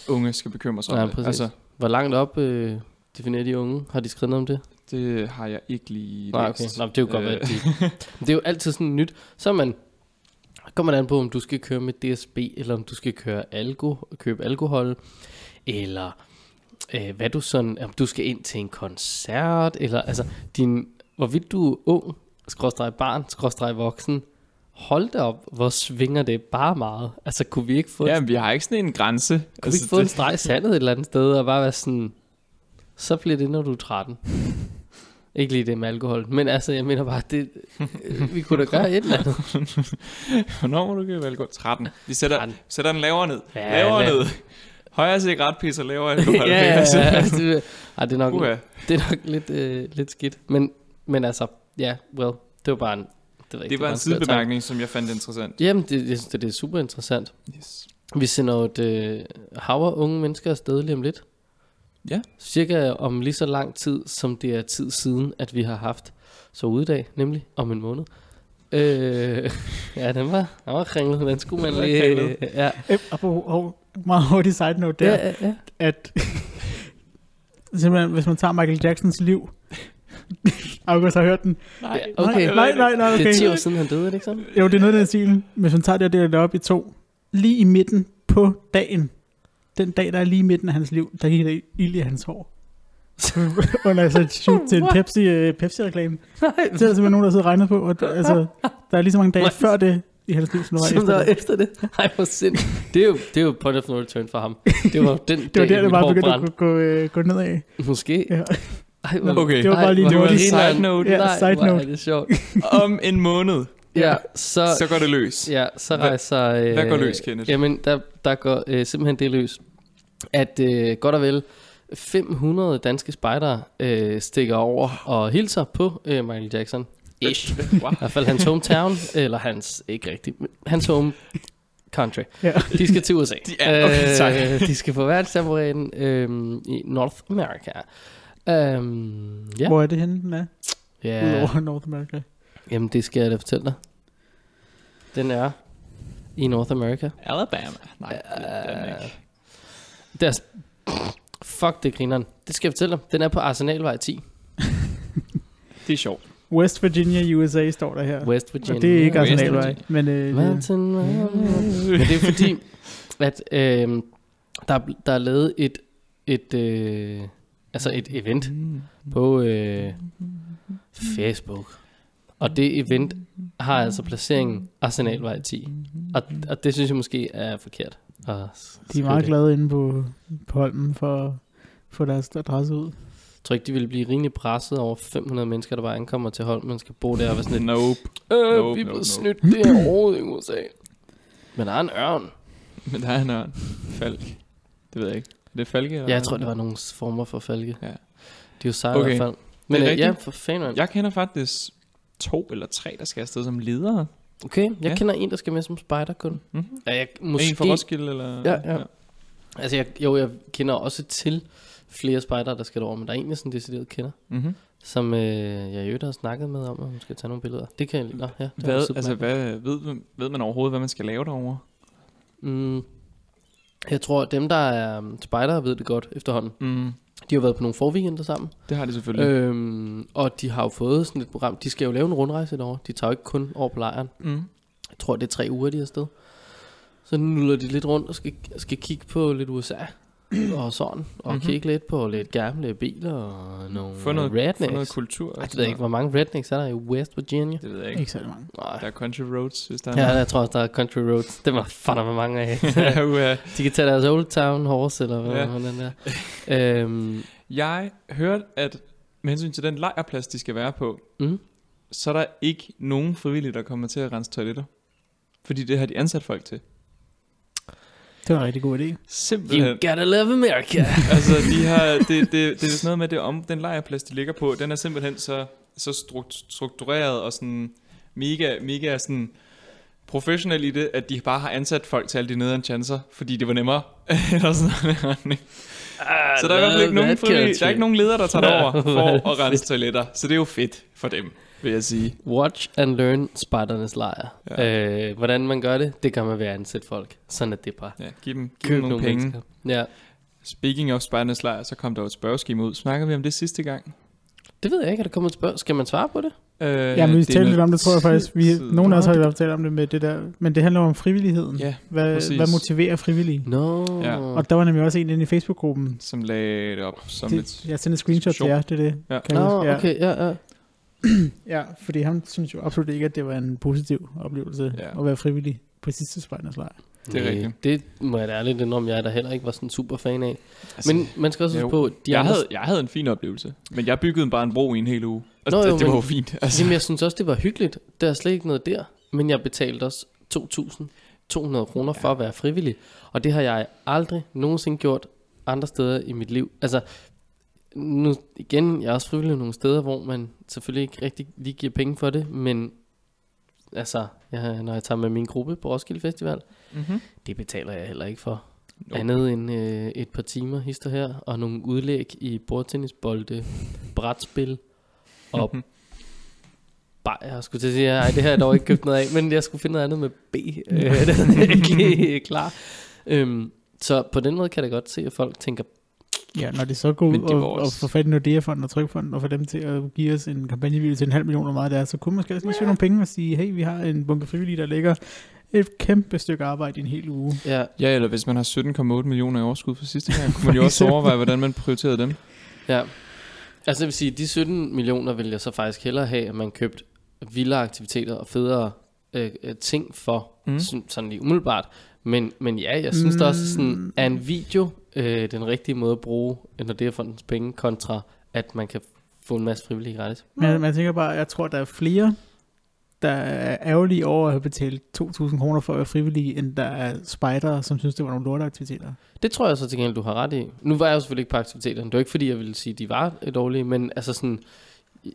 Speaker 2: unge skal bekymre sig
Speaker 1: Nej,
Speaker 2: om det.
Speaker 1: præcis.
Speaker 2: Altså,
Speaker 1: Hvor langt op øh, definerer de unge? Har de skrevet noget om det?
Speaker 2: det har jeg ikke lige
Speaker 1: Nej,
Speaker 2: læst.
Speaker 1: okay. Nå, men det er jo godt,
Speaker 2: Øh,
Speaker 1: øh. det er jo altid sådan nyt. Så er man, kommer man an på, om du skal køre med DSB, eller om du skal køre alko, købe alkohol, eller øh, hvad du sådan, om du skal ind til en koncert, eller altså, din, hvorvidt du er ung, skråstreg barn, skråstreg voksen, hold da op, hvor svinger det bare meget. Altså, kunne vi ikke få, ja,
Speaker 2: Ja,
Speaker 1: en,
Speaker 2: men vi har ikke sådan en grænse. Altså,
Speaker 1: kunne vi ikke få en streg i sandet et eller andet sted, og bare være sådan, så bliver det, når du er 13. Ikke lige det med alkohol, men altså, jeg mener bare, det, øh, vi kunne da gøre et eller andet.
Speaker 2: Hvornår må du købe alkohol? 13. Vi sætter,
Speaker 1: 13.
Speaker 2: sætter den lavere ned.
Speaker 1: Ja,
Speaker 2: lavere
Speaker 1: lad-
Speaker 2: ned. Højere cigaretpis og lavere alkohol.
Speaker 1: ja, ja,
Speaker 2: Altså,
Speaker 1: ja, altså, det, ej, det, er nok,
Speaker 2: Uha.
Speaker 1: det er nok lidt, øh, lidt skidt. Men, men altså, ja, yeah, well, det var bare en... Det, ved jeg ikke,
Speaker 2: Det var
Speaker 1: bare
Speaker 2: en
Speaker 1: skør
Speaker 2: sidebemærkning, som jeg fandt interessant.
Speaker 1: tanke. Jamen, det, jeg synes, det, det er super interessant.
Speaker 2: Yes.
Speaker 1: Vi sender jo et øh, hav af unge mennesker afsted lige om lidt.
Speaker 2: Ja.
Speaker 1: Cirka om lige så lang tid, som det er tid siden, at vi har haft så udedag, nemlig om en måned. Øh, ja, den var, den var kringlet, den skulle man
Speaker 2: Den var
Speaker 1: lige...
Speaker 2: kringlet.
Speaker 1: Ja,
Speaker 3: Øh, apropos- Og meget hurtig side note der,
Speaker 1: ja, ja.
Speaker 3: at simpelthen, hvis man tager Michael Jacksons liv, August har hørt den.
Speaker 1: Nej,
Speaker 3: Nej,
Speaker 1: okay.
Speaker 3: nej, nej, nej,
Speaker 1: Det
Speaker 3: okay.
Speaker 1: er 10 år siden, han døde, er det ikke sådan?
Speaker 3: Jo, det er noget af den stil. Hvis man tager det og deler det op i to, lige i midten på dagen, den dag, der er lige i midten af hans liv, der gik der ild i hans hår. Under altså et shoot til en Pepsi, øh, Pepsi-reklame.
Speaker 1: Nej,
Speaker 3: Så er der simpelthen nogen, der sidder og regner på, at altså, der er lige så mange dage før det i hans liv, som der var
Speaker 1: Som der
Speaker 3: efter
Speaker 1: var
Speaker 3: det.
Speaker 1: efter det. Nej, hvor sindssygt. Det er jo, det er jo point of no return for ham. Det var den
Speaker 3: Det var
Speaker 1: dag,
Speaker 3: der, det
Speaker 1: mit
Speaker 3: bare
Speaker 1: hår
Speaker 3: begyndte at
Speaker 1: brændte.
Speaker 3: gå, gå, øh, gå nedad.
Speaker 1: Måske.
Speaker 3: Ja.
Speaker 1: Ej,
Speaker 3: Nå,
Speaker 2: Okay.
Speaker 3: Det var
Speaker 1: Ej,
Speaker 3: bare lige
Speaker 1: hvor
Speaker 2: Det var
Speaker 1: er
Speaker 2: en
Speaker 1: det
Speaker 2: side
Speaker 1: grineren.
Speaker 2: note.
Speaker 3: Ja,
Speaker 1: Nej,
Speaker 3: side
Speaker 1: hvor er
Speaker 3: note.
Speaker 1: det sjovt.
Speaker 2: Om en måned,
Speaker 1: Ja, så,
Speaker 2: så går det løs.
Speaker 1: ja, så
Speaker 2: Hvad-
Speaker 1: rejser... Øh,
Speaker 2: hvad går løs, Kenneth?
Speaker 1: Jamen, der, der går øh, simpelthen det løs, at øh, godt og vel 500 danske spejdere øh, stikker over og hilser på øh, Michael Jackson. Ish.
Speaker 2: Wow.
Speaker 1: I hvert fald hans hometown, eller hans, ikke rigtigt, men hans home country.
Speaker 3: Ja.
Speaker 1: De skal til USA.
Speaker 2: De er- okay, tak.
Speaker 1: Øh, de skal på verdenstamburæten øh, i North America. Øhm, ja.
Speaker 3: Hvor er det henne, den er?
Speaker 1: ja.
Speaker 3: Udover North America.
Speaker 1: Jamen, det skal jeg da fortælle dig. Den er i North America.
Speaker 2: Alabama. Nej, det er den ikke.
Speaker 1: Øh, Deres, fuck, det er grineren. Det skal jeg fortælle dig. Den er på Arsenalvej 10,
Speaker 2: Det er sjovt.
Speaker 3: West Virginia, USA står der her.
Speaker 1: West
Speaker 3: Og
Speaker 1: Virginia.
Speaker 3: det er ikke
Speaker 2: West
Speaker 3: Arsenalvej, men øh, det-
Speaker 1: Mountain Men det er øhm, fordi, at øh, der, er bl- der er lavet et, et øh, altså et event
Speaker 2: Mm.
Speaker 1: på øh, Facebook. Og det event har altså placeringen Arsenalvej 10. Og, og det synes jeg måske er forkert. Og
Speaker 3: Mm-hmm. De er meget glade inde på, på Holmen for at få deres adresse ud.
Speaker 1: Jeg tror ikke, de ville blive rimelig presset over 500 mennesker, der bare ankommer til Holm, man skal bo der og være sådan lidt,
Speaker 2: Nope.
Speaker 1: Øh,
Speaker 2: Nope,
Speaker 1: vi er
Speaker 2: nope,
Speaker 1: blevet
Speaker 2: nope.
Speaker 1: snydt derovre i USA. Men der er en ørn.
Speaker 2: Men der er en ørn. Falk. Det ved jeg ikke. Er det Falke? Eller
Speaker 1: Ja, jeg tror, det var nogle former for falke.
Speaker 2: Ja.
Speaker 1: De er jo seje
Speaker 2: Okay.
Speaker 1: okay. i hvert fald. Men
Speaker 2: Det er
Speaker 1: øh, ja,
Speaker 2: rigtigt.
Speaker 1: for fanden.
Speaker 2: Jeg kender faktisk to eller tre, der skal afsted som ledere.
Speaker 1: Okay, jeg
Speaker 2: Ja.
Speaker 1: kender en, der skal med som spider kun.
Speaker 2: Mm-hmm.
Speaker 1: Ja, jeg,
Speaker 2: Måske.
Speaker 1: måske.
Speaker 2: En fra Roskilde, eller...
Speaker 1: Ja, ja. altså, jeg, jo, jeg kender også til flere spejder, der skal derover, men der er en, jeg sådan decideret kender,
Speaker 2: Mm-hmm.
Speaker 1: som øh, jeg i øvrigt har snakket med om, at hun skal tage nogle billeder. Det kan jeg lige. Nå, ja, det var
Speaker 2: Hvad,
Speaker 1: Superman.
Speaker 2: altså, hvad, ved, ved man overhovedet, hvad man skal lave derovre?
Speaker 1: Mm, jeg tror, at dem, der er um, spejdere, ved det godt efterhånden.
Speaker 2: Mm.
Speaker 1: De har været på nogle forweekender sammen.
Speaker 2: Det har de selvfølgelig. Øh.
Speaker 1: Øhm, og de har jo fået sådan et program. De skal jo lave en rundrejse derovre. De tager jo ikke kun over på lejren.
Speaker 2: Mm.
Speaker 1: Jeg tror, det er tre uger, de er afsted. Så nuller de lidt rundt og skal, skal kigge på lidt USA og sådan. Og
Speaker 2: Mhm.
Speaker 1: mm-hmm. kigge lidt på lidt gamle biler og nogle
Speaker 2: Få noget, få
Speaker 1: rednecks.
Speaker 2: noget kultur.
Speaker 1: Ej, det ved jeg ikke, hvor mange rednecks er der i West Virginia.
Speaker 2: Det ved jeg ikke.
Speaker 3: Ikke særlig mange.
Speaker 1: Nej.
Speaker 2: Der er country roads, hvis der er
Speaker 1: Ja, jeg tror også, der er Country Roads. Det var fandme mange af.
Speaker 2: ja, uha.
Speaker 1: de kan tage deres Old Town Horse, eller hvad
Speaker 2: Ja.
Speaker 1: ja. den der. øhm,
Speaker 2: Jeg hørte, at med hensyn til den lejrplads, de skal være på,
Speaker 1: Mm.
Speaker 2: så er der ikke nogen frivillige, der kommer til at rense toiletter. Fordi det har de ansat folk til.
Speaker 3: Det var en rigtig god idé.
Speaker 1: you
Speaker 2: Simpelthen.
Speaker 1: gotta love America.
Speaker 2: altså, de har, det, det, det er sådan noget med, det om, den lejrplads, de ligger på, den er simpelthen så, så strukt, struktureret og sådan mega, mega sådan professionel i det, at de bare har ansat folk til alle de nederen chancer, fordi det var nemmere. Eller sådan noget. Så der er i hvert fald ikke nogen, frivillige, der er ikke nogen ledere, der tager
Speaker 1: Nå,
Speaker 2: derover for
Speaker 1: hvor
Speaker 2: at rense toiletter. Så det er jo fedt for dem, vil jeg sige.
Speaker 1: Watch and learn spejdernes lejr. Ja. Øh, hvordan man gør det, det gør man ved at ansætte folk. Sådan er det bare.
Speaker 2: Ja, giv dem, giv dem nogle, penge. Mennesker.
Speaker 1: Ja,
Speaker 2: Speaking of spejdernes lejr, så kom der jo et spørgeskema ud. Snakker vi om det sidste gang?
Speaker 1: det ved jeg ikke, er der kommet et spørgsmål. Skal man svare på det?
Speaker 2: Øh,
Speaker 3: Ja, men vi
Speaker 2: det er
Speaker 3: talte lidt
Speaker 2: noget
Speaker 3: om det, tror jeg
Speaker 2: tid
Speaker 3: faktisk. Vi,
Speaker 2: siden.
Speaker 3: nogle af os har i hvert fald talt om det med det der. Men det handler om frivilligheden.
Speaker 2: Ja,
Speaker 3: hvad,
Speaker 2: præcis.
Speaker 3: hvad motiverer frivillige?
Speaker 1: No.
Speaker 2: Ja.
Speaker 3: Og der var nemlig også en inde i Facebook-gruppen.
Speaker 2: som lagde det op som det,
Speaker 3: Det,
Speaker 2: et...
Speaker 3: jeg sendte et screenshot til jer, det er det.
Speaker 2: Ja.
Speaker 3: Kan jeg
Speaker 1: Nå,
Speaker 3: huske. ja.
Speaker 1: okay, ja, ja.
Speaker 3: Ja, fordi han synes jo absolut ikke, at det var en positiv oplevelse
Speaker 2: Ja.
Speaker 3: ja. at være frivillig på sidste spejdernes lejr.
Speaker 2: Det er
Speaker 1: Næh,
Speaker 2: rigtigt.
Speaker 1: Det må jeg da ærligt indrømme, jeg der heller ikke var sådan super fan af.
Speaker 2: Altså,
Speaker 1: Men man skal også
Speaker 2: jo.
Speaker 1: huske på, de
Speaker 2: jeg,
Speaker 1: andre-
Speaker 2: havde, jeg havde en fin oplevelse, men jeg byggede bare en bro i en hel uge. Og
Speaker 1: Nå,
Speaker 2: det,
Speaker 1: jo,
Speaker 2: det var
Speaker 1: men-
Speaker 2: jo fint. Altså,
Speaker 1: Jamen, jeg synes også, det var hyggeligt. Der er slet ikke noget der. Men jeg betalte også 2.200 kroner for at være frivillig. Og det har jeg aldrig nogensinde gjort andre steder i mit liv. Altså, nu igen, jeg er også frivillig nogle steder, hvor man selvfølgelig ikke rigtig lige giver penge for det, men altså, jeg, når jeg tager med min gruppe på Roskilde Festival,
Speaker 2: mm-hmm.
Speaker 1: det betaler jeg heller ikke for.
Speaker 2: Nope.
Speaker 1: Nope. Andet end øh, et par timer hister her, og nogle udlæg i bordtennisbolde, brætspil
Speaker 2: Altså,
Speaker 1: og bare, jeg skulle til at sige, nej, det har jeg dog ikke købt noget af, men jeg skulle finde noget andet med B. Øh, det er jeg ikke lige klar. Øhm, så på den måde kan jeg da godt se, at folk tænker,
Speaker 3: Ja, når det så går ud
Speaker 2: Men det var
Speaker 3: og, og
Speaker 2: også-
Speaker 3: får fat i Nordea-fonden og Trykfonden og får dem til at give os en kampagnevideo til en halv million og meget der, så kunne man måske også lige søge nogle penge og sige, hey, vi har en bunke frivillige, der ligger et kæmpe stykke arbejde i en hel uge.
Speaker 1: ja,
Speaker 2: Ja, eller hvis man har 17,8 millioner i overskud fra sidste gang, kunne man jo også overveje, hvordan man prioriterede dem.
Speaker 1: ja. Altså jeg vil sige, de 17 millioner vil jeg så faktisk hellere have, at man købt vildere aktiviteter og federe øh, øh, ting for,
Speaker 2: Mm.
Speaker 1: mm. sådan, sådan lige umiddelbart. Men, men ja, jeg synes mm. da også, sådan, er en video øh, den rigtige måde at bruge, når det er fondens penge, kontra at man kan få en masse frivillige gratis.
Speaker 3: Men jeg, man tænker bare, jeg tror, der er flere, der er ærgerlige over at have betalt 2.000 kroner for at være frivillige, end der er spejdere, som synes, det var nogle lorteaktiviteter.
Speaker 1: Det tror jeg så til gengæld, du har ret i. Nu var jeg jo selvfølgelig ikke på aktiviteterne. Det var ikke, fordi jeg ville sige, at de var øh, dårlige, men altså sådan,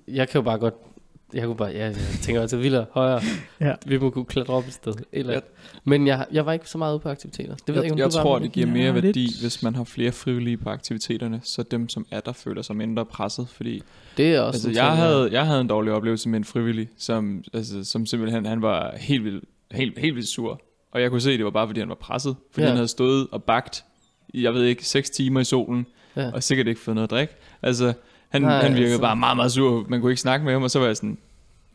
Speaker 1: jeg kan jo bare godt, jeg kunne bare, ja, jeg tænker altid vildere, højere.
Speaker 3: Ja.
Speaker 1: Vi må kunne klatre op et sted. Eller,
Speaker 2: Jeg-
Speaker 1: men jeg, jeg var ikke så meget ude på aktiviteter. Det ved jeg,
Speaker 2: jeg,
Speaker 1: ikke, om
Speaker 2: jeg
Speaker 1: du var,
Speaker 2: tror,
Speaker 1: Mikkel.
Speaker 2: det giver
Speaker 3: Ja,
Speaker 2: mere
Speaker 3: lidt.
Speaker 2: værdi, hvis man har flere frivillige på aktiviteterne, så dem, som er der, føler sig mindre presset. Fordi
Speaker 1: det er også
Speaker 2: altså,
Speaker 1: en
Speaker 2: jeg,
Speaker 1: ting, ja.
Speaker 2: havde, jeg havde en dårlig oplevelse med en frivillig, som, altså, som simpelthen han var helt vildt, helt, helt vildt sur. Og jeg kunne se, at det var bare, fordi han var presset. Fordi ja.
Speaker 1: Ja.
Speaker 2: han havde stået og bagt, i, jeg ved ikke, 6 timer i solen, ja.
Speaker 1: Ja.
Speaker 2: og sikkert ikke fået noget at drikke. Altså, han,
Speaker 1: Nej,
Speaker 2: han virkede
Speaker 1: altså.
Speaker 2: bare meget, meget sur. Man kunne ikke snakke med ham, og så var jeg sådan,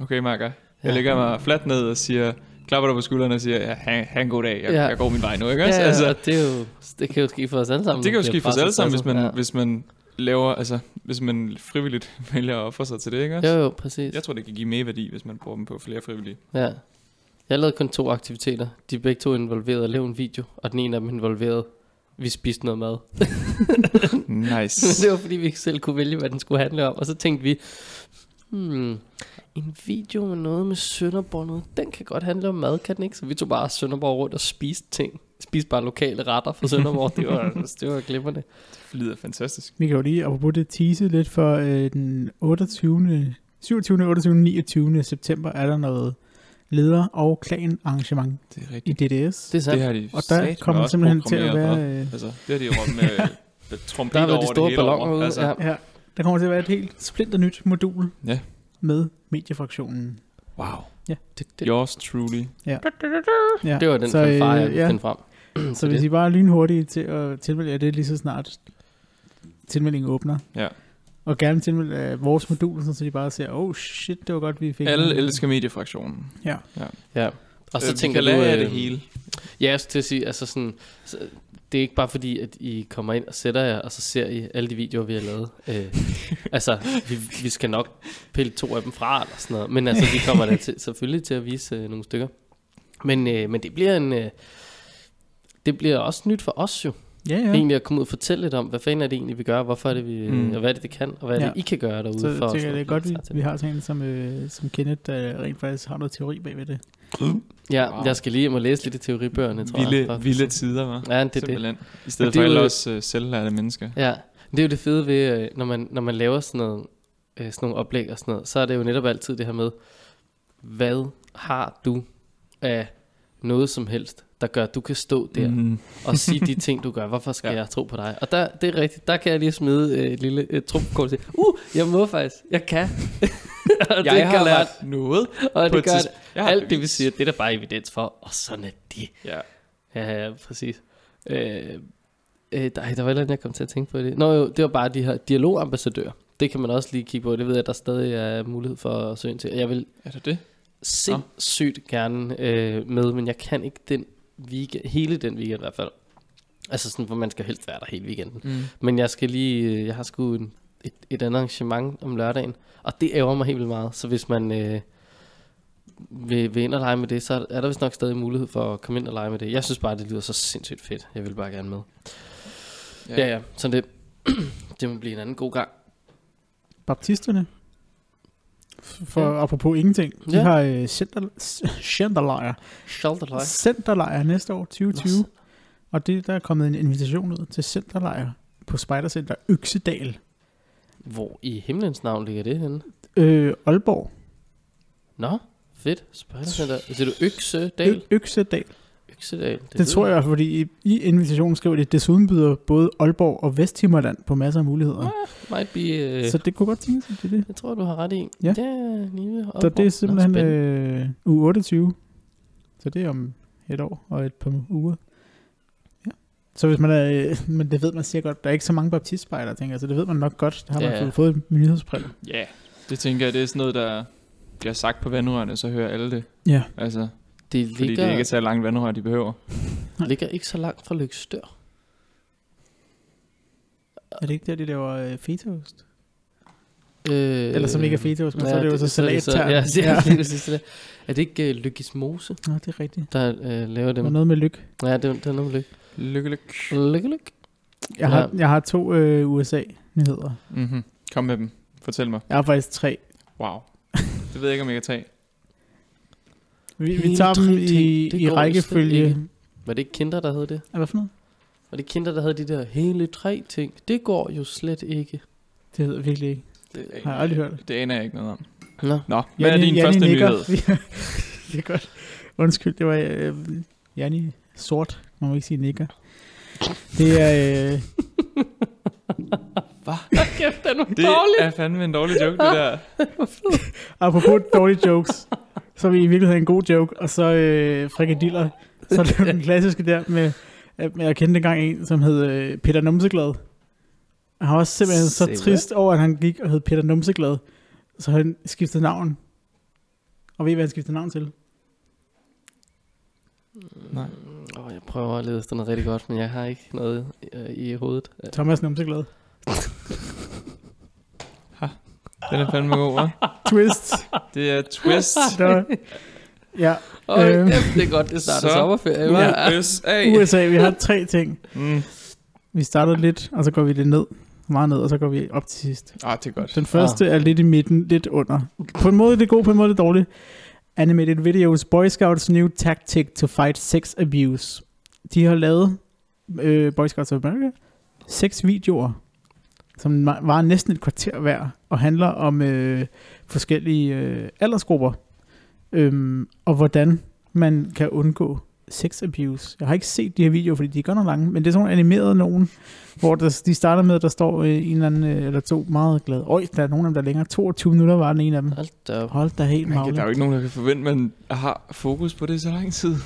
Speaker 2: okay, makker. Jeg
Speaker 1: Ja.
Speaker 2: lægger mig fladt ned og siger, klapper dig på skulderen og siger, ja, ha, ha en god dag, jeg, ja.
Speaker 1: Ja.
Speaker 2: jeg går min vej nu, ikke
Speaker 1: Ja,
Speaker 2: også? Altså,
Speaker 1: altså, det, er jo, det kan jo ske for os alle sammen.
Speaker 2: Det kan jo
Speaker 1: når vi
Speaker 2: ske for os
Speaker 1: bliver
Speaker 2: alle sammen, hvis
Speaker 1: presset.
Speaker 2: man, ja. hvis man laver, altså hvis man frivilligt vælger at ofre sig til det, ikke også?
Speaker 1: Jo, jo, præcis.
Speaker 2: Jeg tror, det kan give mere værdi, hvis man bruger dem på flere frivillige.
Speaker 1: Ja. Jeg lavede kun to aktiviteter. De er begge to involverede at lave en video, og den ene af dem involverede, vi spiste noget mad. Men
Speaker 2: Nice.
Speaker 1: det var fordi, vi ikke selv kunne vælge, hvad den skulle handle om. Og så tænkte vi, hmm, en video med noget med Sønderborg, noget, den kan godt handle om mad, kan den ikke? Så vi tog bare Sønderborg rundt og spiste ting. Spiste bare lokale retter fra Sønderborg. det, var, det var glimrende.
Speaker 2: det lyder fantastisk.
Speaker 3: Vi kan jo lige, apropos det, tease lidt for øh, den 28. 27. 28. 29. september er der noget leder- og klan-arrangement
Speaker 2: Det er
Speaker 3: i
Speaker 2: rigtigt.
Speaker 3: DDS.
Speaker 1: Det er
Speaker 2: Det
Speaker 1: sandt.
Speaker 2: har de
Speaker 3: og der
Speaker 2: satme
Speaker 3: kommer
Speaker 2: også
Speaker 3: simpelthen til at
Speaker 2: programmeret for.
Speaker 3: være... Øh,
Speaker 2: Altså, det har de jo råbt med med
Speaker 1: Der har
Speaker 2: trompeter
Speaker 1: været de
Speaker 2: over det
Speaker 1: store
Speaker 2: hele
Speaker 1: balloner
Speaker 2: over.
Speaker 1: ude.
Speaker 2: Altså,
Speaker 1: ja.
Speaker 3: øh, Ja, der kommer til at være et helt splinter nyt modul
Speaker 2: Ja.
Speaker 3: med mediefraktionen.
Speaker 2: wow.
Speaker 1: Det, det,
Speaker 2: Yours truly.
Speaker 3: Ja. øh,
Speaker 1: det var den så, øh, fanfare, jeg kunne
Speaker 3: ja,
Speaker 1: finde frem.
Speaker 3: Så hvis I bare er lynhurtige til at tilmelde jer det lige så snart tilmeldingen åbner.
Speaker 2: Ja.
Speaker 3: Og gerne tilmelde øh, vores modul, sådan, så de bare ser, oh shit, det var godt, vi fik
Speaker 2: Alle
Speaker 3: den."
Speaker 2: elsker mediefraktionen.
Speaker 1: Ja. Og så
Speaker 2: Øh, vi
Speaker 1: tænker
Speaker 2: kan lære
Speaker 1: du,
Speaker 2: af
Speaker 1: øh,
Speaker 2: det hele.
Speaker 1: Ja, jeg skulle til at sige, altså sådan, så, det er ikke bare fordi, at I kommer ind og sætter jer, og så ser I alle de videoer, vi har lavet. Øh, altså, vi, vi skal nok pille to af dem fra, eller sådan noget. Men altså, vi kommer da til, selvfølgelig til at vise øh, nogle stykker. Men, øh, men det bliver en... Øh, det bliver også nyt for os jo,
Speaker 3: Ja,
Speaker 1: ja.
Speaker 3: ja.
Speaker 1: egentlig at komme ud og fortælle lidt om, hvad fanden er det egentlig, vi gør, hvorfor er det, vi,
Speaker 2: Mm.
Speaker 1: mm. og hvad er det, det kan, og hvad er det,
Speaker 3: Ja.
Speaker 1: I kan gøre derude for
Speaker 3: Så
Speaker 1: os.
Speaker 3: tænker jeg, det er godt, vi, vi
Speaker 1: har.
Speaker 3: har sådan en som, øh, som Kenneth, der rent faktisk har noget teori bagved det.
Speaker 1: Ja,
Speaker 2: Wow.
Speaker 1: jeg skal lige hjem og læse lidt i teoribøgerne, tror jeg.
Speaker 2: Vilde,
Speaker 1: For-
Speaker 2: vilde tider, var.
Speaker 1: Ja, det er det.
Speaker 2: Simpelthen. I stedet
Speaker 1: det er
Speaker 2: for alle
Speaker 1: jo-
Speaker 2: os øh, selvlærte mennesker.
Speaker 1: Ja, det er jo det fede ved, øh, når man, når man laver sådan, noget, øh, sådan nogle oplæg og sådan noget, så er det jo netop altid det her med, hvad har du af noget som helst, der gør, at du kan stå der mm.
Speaker 2: Mm.
Speaker 1: og sige de ting, du gør. Hvorfor skal
Speaker 2: Ja.
Speaker 1: ja. jeg tro på dig? Og der, det er rigtigt, der kan jeg lige smide øh, et lille øh, trumfkort til. Uh, jeg må faktisk. Jeg kan. og
Speaker 2: Jeg har
Speaker 1: gør
Speaker 2: lært noget
Speaker 1: at- og
Speaker 2: på
Speaker 1: det
Speaker 2: et
Speaker 1: gør, at
Speaker 2: tidspunkt. Jeg har
Speaker 1: alt det, vi
Speaker 2: bevis.
Speaker 1: siger, det er der bare evidens for. Og sådan er det.
Speaker 2: Ja.
Speaker 1: Ja, ja, præcis. Øh, øh, der, ej, der var et eller andet, jeg kom til at tænke på i det. Nå jo, det var bare de her dialogambassadører. Det kan man også lige kigge på. Det ved jeg, der stadig er mulighed for at søge ind til. Jeg vil
Speaker 2: Er det det?
Speaker 1: sindssygt gerne øh, med, men jeg kan ikke den weekend, hele den weekend i hvert fald. Altså sådan, hvor man skal helst være der hele weekenden.
Speaker 2: Mm.
Speaker 1: Men jeg skal lige, øh, jeg har sgu en, et, et andet arrangement om lørdagen, og det ærger mig helt vildt meget. Så hvis man øh, vil, vil ind og lege med det, så er der vist nok stadig mulighed for at komme ind og lege med det. Jeg synes bare, det lyder så sindssygt fedt. Jeg vil bare gerne med. Ja, ja, ja sådan det. det må blive en anden god gang.
Speaker 3: Baptisterne. F- For ja. apropos ingenting. De
Speaker 1: Ja.
Speaker 3: har øh, center, centerlejr.
Speaker 1: Shelterløg.
Speaker 3: Centerlejr næste år, 2020.
Speaker 1: Nå,
Speaker 3: Og det, der er kommet en invitation ud til centerlejr på Spejdercenter Øksedal,
Speaker 1: Hvor i himlens navn ligger det henne?
Speaker 3: øh, Aalborg.
Speaker 1: Nå, fedt. Spejdercenter. Siger du
Speaker 3: Ø-
Speaker 1: Øksedal?
Speaker 3: Øksedal. Det,
Speaker 1: Øksedal. Det,
Speaker 3: det tror
Speaker 1: lyder-
Speaker 3: jeg, fordi i, i invitationen skriver det, desuden byder både Aalborg og Vesthimmerland på masser af muligheder.
Speaker 1: Might be... Øh,
Speaker 3: Så det kunne godt tænkes, at det er det.
Speaker 1: jeg tror, du har ret i.
Speaker 3: Ja.
Speaker 1: Det er Nive
Speaker 3: Så
Speaker 1: Aalborg.
Speaker 3: det
Speaker 1: Nå,
Speaker 3: er simpelthen
Speaker 1: spændende.
Speaker 3: øh, uge 28. Så det er om et år og et par uger. Ja. Så hvis man er, øh, men det ved man sikkert godt, der er ikke så mange baptistspejder, tænker jeg, så det ved man nok godt, har man
Speaker 1: Ja.
Speaker 3: ja. fået en nyhedsbrev.
Speaker 2: Ja, det tænker jeg, det er sådan noget, der bliver sagt på vandrørene, så hører alle det.
Speaker 3: Ja.
Speaker 2: Altså,
Speaker 1: det
Speaker 2: fordi
Speaker 1: ligger,
Speaker 2: det ikke er så langt vandrør, de behøver.
Speaker 1: ligger ikke så langt fra Lykstør.
Speaker 3: Er det ikke der, de laver øh, fetaost?
Speaker 1: Øh,
Speaker 3: Eller som ikke er fetaost, men så er det jo så
Speaker 1: er det
Speaker 3: salattern.
Speaker 1: Ja, så, ja.
Speaker 3: Ja.
Speaker 1: lige præcis det. Er det ikke uh, Lykkes Mose,
Speaker 3: Nå, det er rigtigt.
Speaker 1: der uh, laver
Speaker 3: Det
Speaker 1: dem?
Speaker 3: var noget med lykke.
Speaker 1: Ja, det, det er noget med lykke.
Speaker 2: Lykke, lykke.
Speaker 1: Lykke, lykke.
Speaker 3: Jeg har, jeg har to øh, USA-nyheder.
Speaker 2: Mm-hmm. Kom med dem. Fortæl mig.
Speaker 3: Jeg har faktisk tre.
Speaker 2: Wow. det ved jeg ikke, om jeg kan tage.
Speaker 3: Vi, vi
Speaker 1: Hele
Speaker 3: tager
Speaker 1: tre
Speaker 3: dem
Speaker 1: ting.
Speaker 3: i,
Speaker 1: Det
Speaker 3: i
Speaker 1: går
Speaker 3: rækkefølge.
Speaker 1: slet ikke. Var det ikke Kinder, der havde det?
Speaker 3: Ah, Hvad for noget?
Speaker 1: Var det ikke Kinder, der havde de der hele tre ting? Det går jo slet ikke.
Speaker 3: Det hedder virkelig ikke.
Speaker 1: Det,
Speaker 3: Har jeg aldrig hørt.
Speaker 2: Det aner jeg ikke noget om.
Speaker 1: Nå.
Speaker 2: Nå, hvad er
Speaker 3: Janni-
Speaker 2: din
Speaker 3: Janni
Speaker 2: første
Speaker 3: nikker.
Speaker 2: nyhed?
Speaker 3: det er godt. Undskyld, det var øh, Janni Sort. Man må ikke sige nikker. Det er... Øh,
Speaker 1: Kæft, den var
Speaker 2: Det
Speaker 1: dårlig.
Speaker 2: er fandme en dårlig joke, det der.
Speaker 3: apropos dårlige jokes, så er vi i virkeligheden en god joke, og så øh, frikadiller. Så er det jo den klassiske der med, at jeg kendte engang en, som hed øh, Peter Numseglad. Og Han var simpelthen så
Speaker 1: Simpelthen.
Speaker 3: trist over, at han gik og hed Peter Numseglad, så han skiftede navn. Og ved I, hvad han skiftede navn til?
Speaker 2: Nej.
Speaker 1: Åh, jeg prøver at lede efter noget rigtig godt, men jeg har ikke noget øh, i hovedet.
Speaker 3: Thomas Numseglad.
Speaker 2: Den er fandme god, hva'?
Speaker 3: Twist.
Speaker 2: Det er twist.
Speaker 3: Der, ja,
Speaker 1: Og
Speaker 3: Øhm.
Speaker 1: det er godt, det starter
Speaker 2: Så.
Speaker 1: sommerferie. hva'?
Speaker 2: Ja. USA.
Speaker 3: USA, vi har tre ting.
Speaker 2: Mm.
Speaker 3: Vi starter lidt, og så går vi lidt ned. Meget ned, og så går vi op til sidst.
Speaker 2: Ah, det er godt.
Speaker 3: Den første er lidt i midten, lidt under. På en måde er det god, på en måde er det dårligt. Animated Videos Boy Scouts New Tactic to Fight Sex Abuse. De har lavet øh, Boy Scouts of America seks videoer, som ma- varer næsten et kvarter hver, og handler om øh, forskellige øh, aldersgrupper, øhm, og hvordan man kan undgå sex abuse. Jeg har ikke set de her videoer, fordi de er godt nok lange, men det er sådan nogle animerede nogen, hvor der, de starter med, at der står øh, en eller anden, øh, eller to meget glade. Øj, der er nogen af dem, der er længere. 22 minutter var den ene af dem.
Speaker 1: Hold da op.
Speaker 3: Hold da helt
Speaker 2: Man kan, der er jo
Speaker 3: maglet.
Speaker 2: ikke nogen, der kan forvente, at man har fokus på det så lang tid.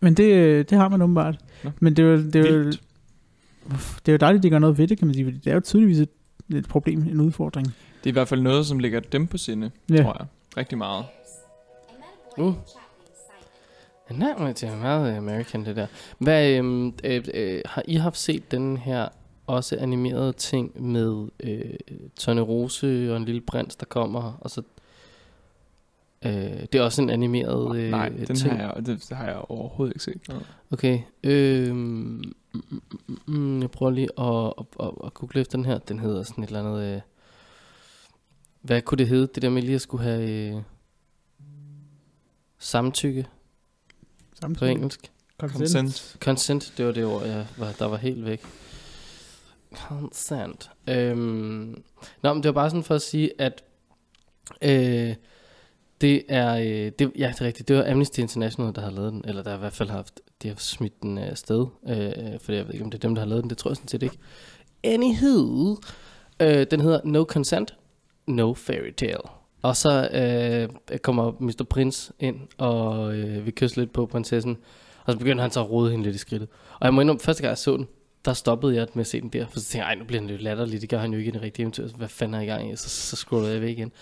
Speaker 3: Men det, øh, det har man åbenbart.
Speaker 2: Nå.
Speaker 3: Men det er, jo- det, er, jo-
Speaker 2: Vildt.
Speaker 3: Uff, det er jo dejligt, at de gør noget ved det, kan man sige, fordi det er jo tydeligvis et, et problem, en udfordring.
Speaker 2: Det er i hvert fald noget, som ligger dem på sinde,
Speaker 3: Ja.
Speaker 2: tror jeg. Rigtig meget.
Speaker 1: Uh. Nej, men det er meget øh, American, det der. Hvad, øhm, øh, øh, har I haft set den her også animerede ting med øh, Tone Rose og en lille prins, der kommer, og så... Øh, det er også en animeret øh,
Speaker 2: Nej, den
Speaker 1: ting.
Speaker 2: har jeg, det har jeg overhovedet ikke set.
Speaker 1: Okay, øhm, mm, mm, mm, jeg prøver lige at, at, at, at google efter den her. Den hedder sådan et eller andet... Øh, hvad kunne det hedde, det der med lige at skulle have øh, samtykke på
Speaker 3: Samtidig.
Speaker 1: engelsk?
Speaker 2: Consent.
Speaker 1: Consent, det var det ord, jeg var, der var helt væk. Consent. Øhm, nå, men det var bare sådan for at sige, at øh, det er, øh, det, ja, det er rigtigt, det var Amnesty International, der har lavet den, eller der i hvert fald har haft, de har smidt den øh, afsted, øh, for jeg ved ikke, om det er dem, der har lavet den, det tror jeg sådan set ikke. Anywho, øh, den hedder No Consent, No Fairy Tale. Og så øh, kommer Mr. Prince ind, og øh, vi kysser lidt på prinsessen, og så begynder han så at rode hende lidt i skridtet. Og jeg må indrømme, første gang jeg så den, der stoppede jeg med at se den der, for så tænkte jeg, ej, nu bliver den lidt latterlig, det gør han jo ikke i den rigtige eventyr, så hvad fanden er jeg i gang i, så, så scrollede jeg væk igen.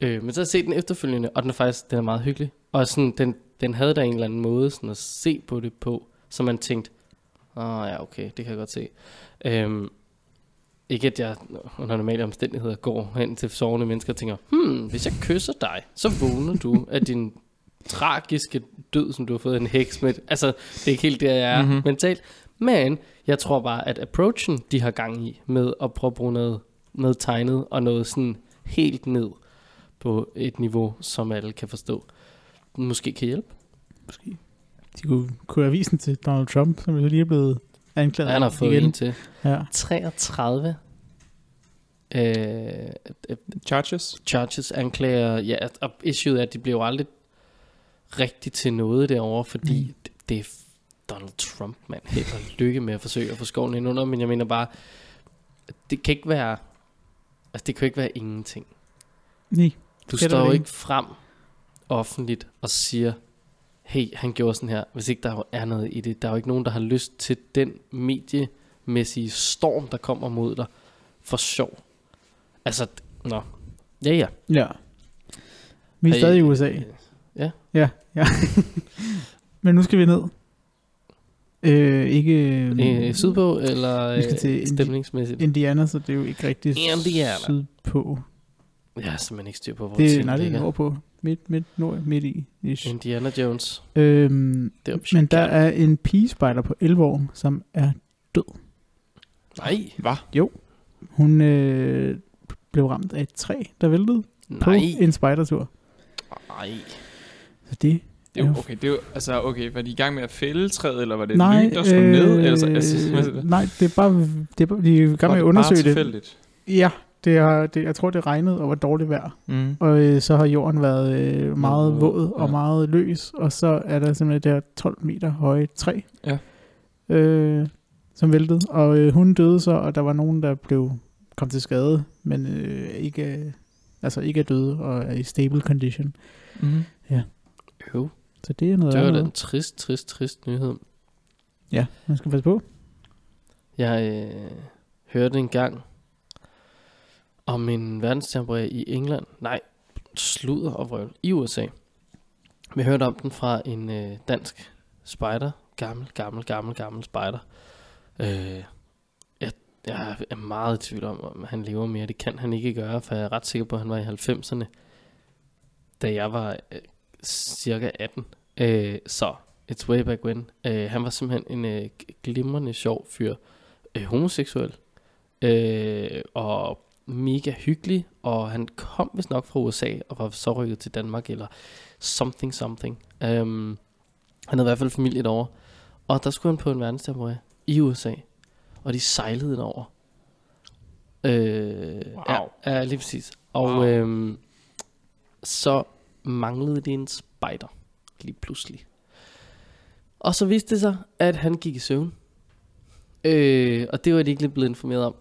Speaker 1: Øh, men så har jeg set den efterfølgende, og den er faktisk den er meget hyggelig. Og sådan, den, den havde der en eller anden måde sådan at se på det på, så man tænkte, åh oh, ja, okay, det kan jeg godt se. Øhm, ikke at jeg under normale omstændigheder går hen til sovende mennesker og tænker, hmm, hvis jeg kysser dig, så vågner du af din tragiske død, som du har fået af en heks med. Altså, det er ikke helt der, jeg er
Speaker 2: Mhm.
Speaker 1: mm-hmm. mentalt. Men jeg tror bare, at approachen, de har gang i, med at prøve at bruge noget, noget tegnet og noget sådan helt ned på et niveau, som alle kan forstå, måske kan hjælpe.
Speaker 3: Måske. De kunne køre avisen til Donald Trump, som jo lige er blevet anklaget
Speaker 1: Han har fået
Speaker 3: igen.
Speaker 1: en til
Speaker 3: Ja.
Speaker 1: 33 øh,
Speaker 2: Charges.
Speaker 1: charges, anklager, ja, og issueet er, at de bliver jo aldrig rigtig til noget derovre, fordi
Speaker 3: Mm.
Speaker 1: mm. det, det er f- Donald Trump, mand. Held og lykke med at forsøge at få skoven indenunder, men jeg mener bare, det kan ikke være, altså det kan jo ikke være ingenting.
Speaker 3: Nej.
Speaker 1: Du
Speaker 3: Skal der
Speaker 1: står
Speaker 3: vel
Speaker 1: jo
Speaker 3: ikke?
Speaker 1: ikke frem offentligt og siger, hey, han gjorde sådan her, hvis ikke der jo er noget i det. Der er jo ikke nogen, der har lyst til den mediemæssige storm, der kommer mod dig for sjov. Altså, d- nå. Ja, ja. øh,
Speaker 3: Ja. Vi er
Speaker 1: Har I-
Speaker 3: stadig i USA. Ja, ja. Men nu skal vi ned. Øh, ikke...
Speaker 1: Øh, sydpå, eller
Speaker 3: Vi skal
Speaker 1: øh,
Speaker 3: til Indi-
Speaker 1: stemningsmæssigt?
Speaker 3: Indiana, så det er jo ikke rigtig
Speaker 1: Indiana.
Speaker 3: sydpå.
Speaker 1: Jeg har simpelthen ikke styr på, hvor
Speaker 3: Det,
Speaker 1: det,
Speaker 3: nej, det er
Speaker 1: ligger.
Speaker 3: nordpå. Midt, midt, nord, midt i. Ish.
Speaker 1: Indiana Jones.
Speaker 3: Øhm,
Speaker 1: Det er
Speaker 3: men der er en pigespejder på 11 år, som er...
Speaker 1: Nej,
Speaker 2: Hvad?
Speaker 3: Hun øh, blev ramt af et træ, der væltede på
Speaker 1: nej,
Speaker 3: en spejdertur.
Speaker 1: nej.
Speaker 3: Så det
Speaker 2: Det er jo,
Speaker 3: Ja.
Speaker 2: okay, det er jo, altså, okay, var de i gang med at fælde træet, eller var det
Speaker 3: Nej,
Speaker 2: Nej, ny, der skulle øh, ned? Altså, altså,
Speaker 3: øh, nej, det er bare, det er bare de er i gang med at undersøge
Speaker 2: det. var
Speaker 3: det.
Speaker 2: bare tilfældigt?
Speaker 3: Ja, det er, det, jeg tror, det regnede og var dårligt vejr.
Speaker 2: Mm.
Speaker 3: Og øh, så har jorden været øh, meget
Speaker 2: Meget våd,
Speaker 3: våd og
Speaker 2: ja.
Speaker 3: meget løs, og så er der simpelthen det her 12 meter høje træ,
Speaker 2: Ja.
Speaker 3: øh, som væltede. Og øh, hun døde så, og der var nogen, der blev kom til skade, men øh, ikke, er- altså ikke er døde og er i stable condition. Mm-hmm.
Speaker 2: Mm.
Speaker 1: Jo,
Speaker 3: Så det er noget
Speaker 1: det var da
Speaker 3: andet.
Speaker 1: en trist, trist, trist nyhed.
Speaker 3: Ja, man skal passe på.
Speaker 1: Jeg øh, hørte engang om en verdenstemperatur i England. Nej, sludder og vrøvl i USA. Vi hørte om den fra en øh, dansk spejder. Gammel, gammel, gammel, gammel spejder. Øh, jeg, Jeg er meget i tvivl om, om han lever mere. Det kan han ikke gøre, for jeg er ret sikker på, at han var i 90'erne, da jeg var øh, cirka 18. Øh, så, it's way back when. Øh, han var simpelthen en øh, glimrende sjov fyr. Øh, homoseksuel. Øh, og mega hyggelig. Og han kom vist nok fra USA, og var så rykket til Danmark, eller something something. Øh, han havde i hvert fald familie derovre. Og der skulle han på en verdenstemporæ i USA og de sejlede den over. Øh,
Speaker 2: Wow.
Speaker 1: ja, ja, lige præcis. Og
Speaker 2: Wow.
Speaker 1: wow. øhm, så manglede de en spejder lige pludselig. Og så viste det sig, at han gik i søvn. Øh, og det var de ikke lige blevet informeret om.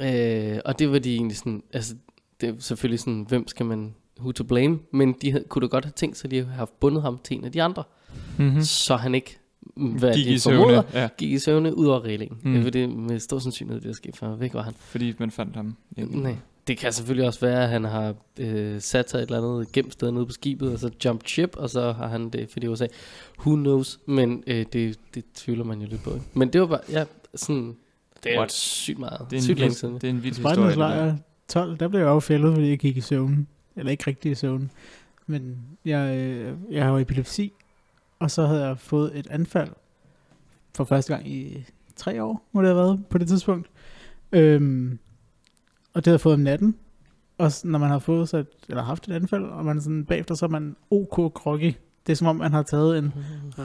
Speaker 1: Øh, og det var de egentlig sådan, altså det er selvfølgelig sådan, hvem skal man, who to blame, men de havde, kunne da godt have tænkt sig, at de havde haft bundet ham til en af de andre,
Speaker 2: Mm-hmm.
Speaker 1: mm. så han ikke, hvad
Speaker 2: Gik
Speaker 1: de
Speaker 2: i søvne,
Speaker 1: formoder,
Speaker 2: ja,
Speaker 1: gik i søvne ud over reglingen.
Speaker 2: Mm.
Speaker 1: Mm. For det er med stor sandsynlighed, det der skete, for væk var han.
Speaker 2: fordi man fandt ham.
Speaker 1: Mm. Nej. Det kan selvfølgelig også være, at han har øh, sat sig et eller andet gemt sted nede på skibet, og så jumped ship, og så har han det, fordi USA. Who knows? Men øh, det, det tvivler man jo lidt på. Ikke? Men det var bare, ja, sådan... Det er
Speaker 2: What?
Speaker 1: What? sygt meget.
Speaker 2: Det er en
Speaker 1: sygt længe siden.
Speaker 2: vild, det er en vild historie.
Speaker 3: Spejdernes
Speaker 2: det der.
Speaker 3: lejr 12, der blev jeg jo fældet, fordi jeg gik i søvn. Eller ikke rigtig i søvn. Men jeg, øh, jeg har jo epilepsi, og så havde jeg fået et anfald for første gang i tre år, må det have været på det tidspunkt. Øhm, og det havde jeg fået om natten. Og s- når man har fået sig, et- eller haft et anfald, og man sådan bagefter, så er man ok groggy. Det er som om, man har taget en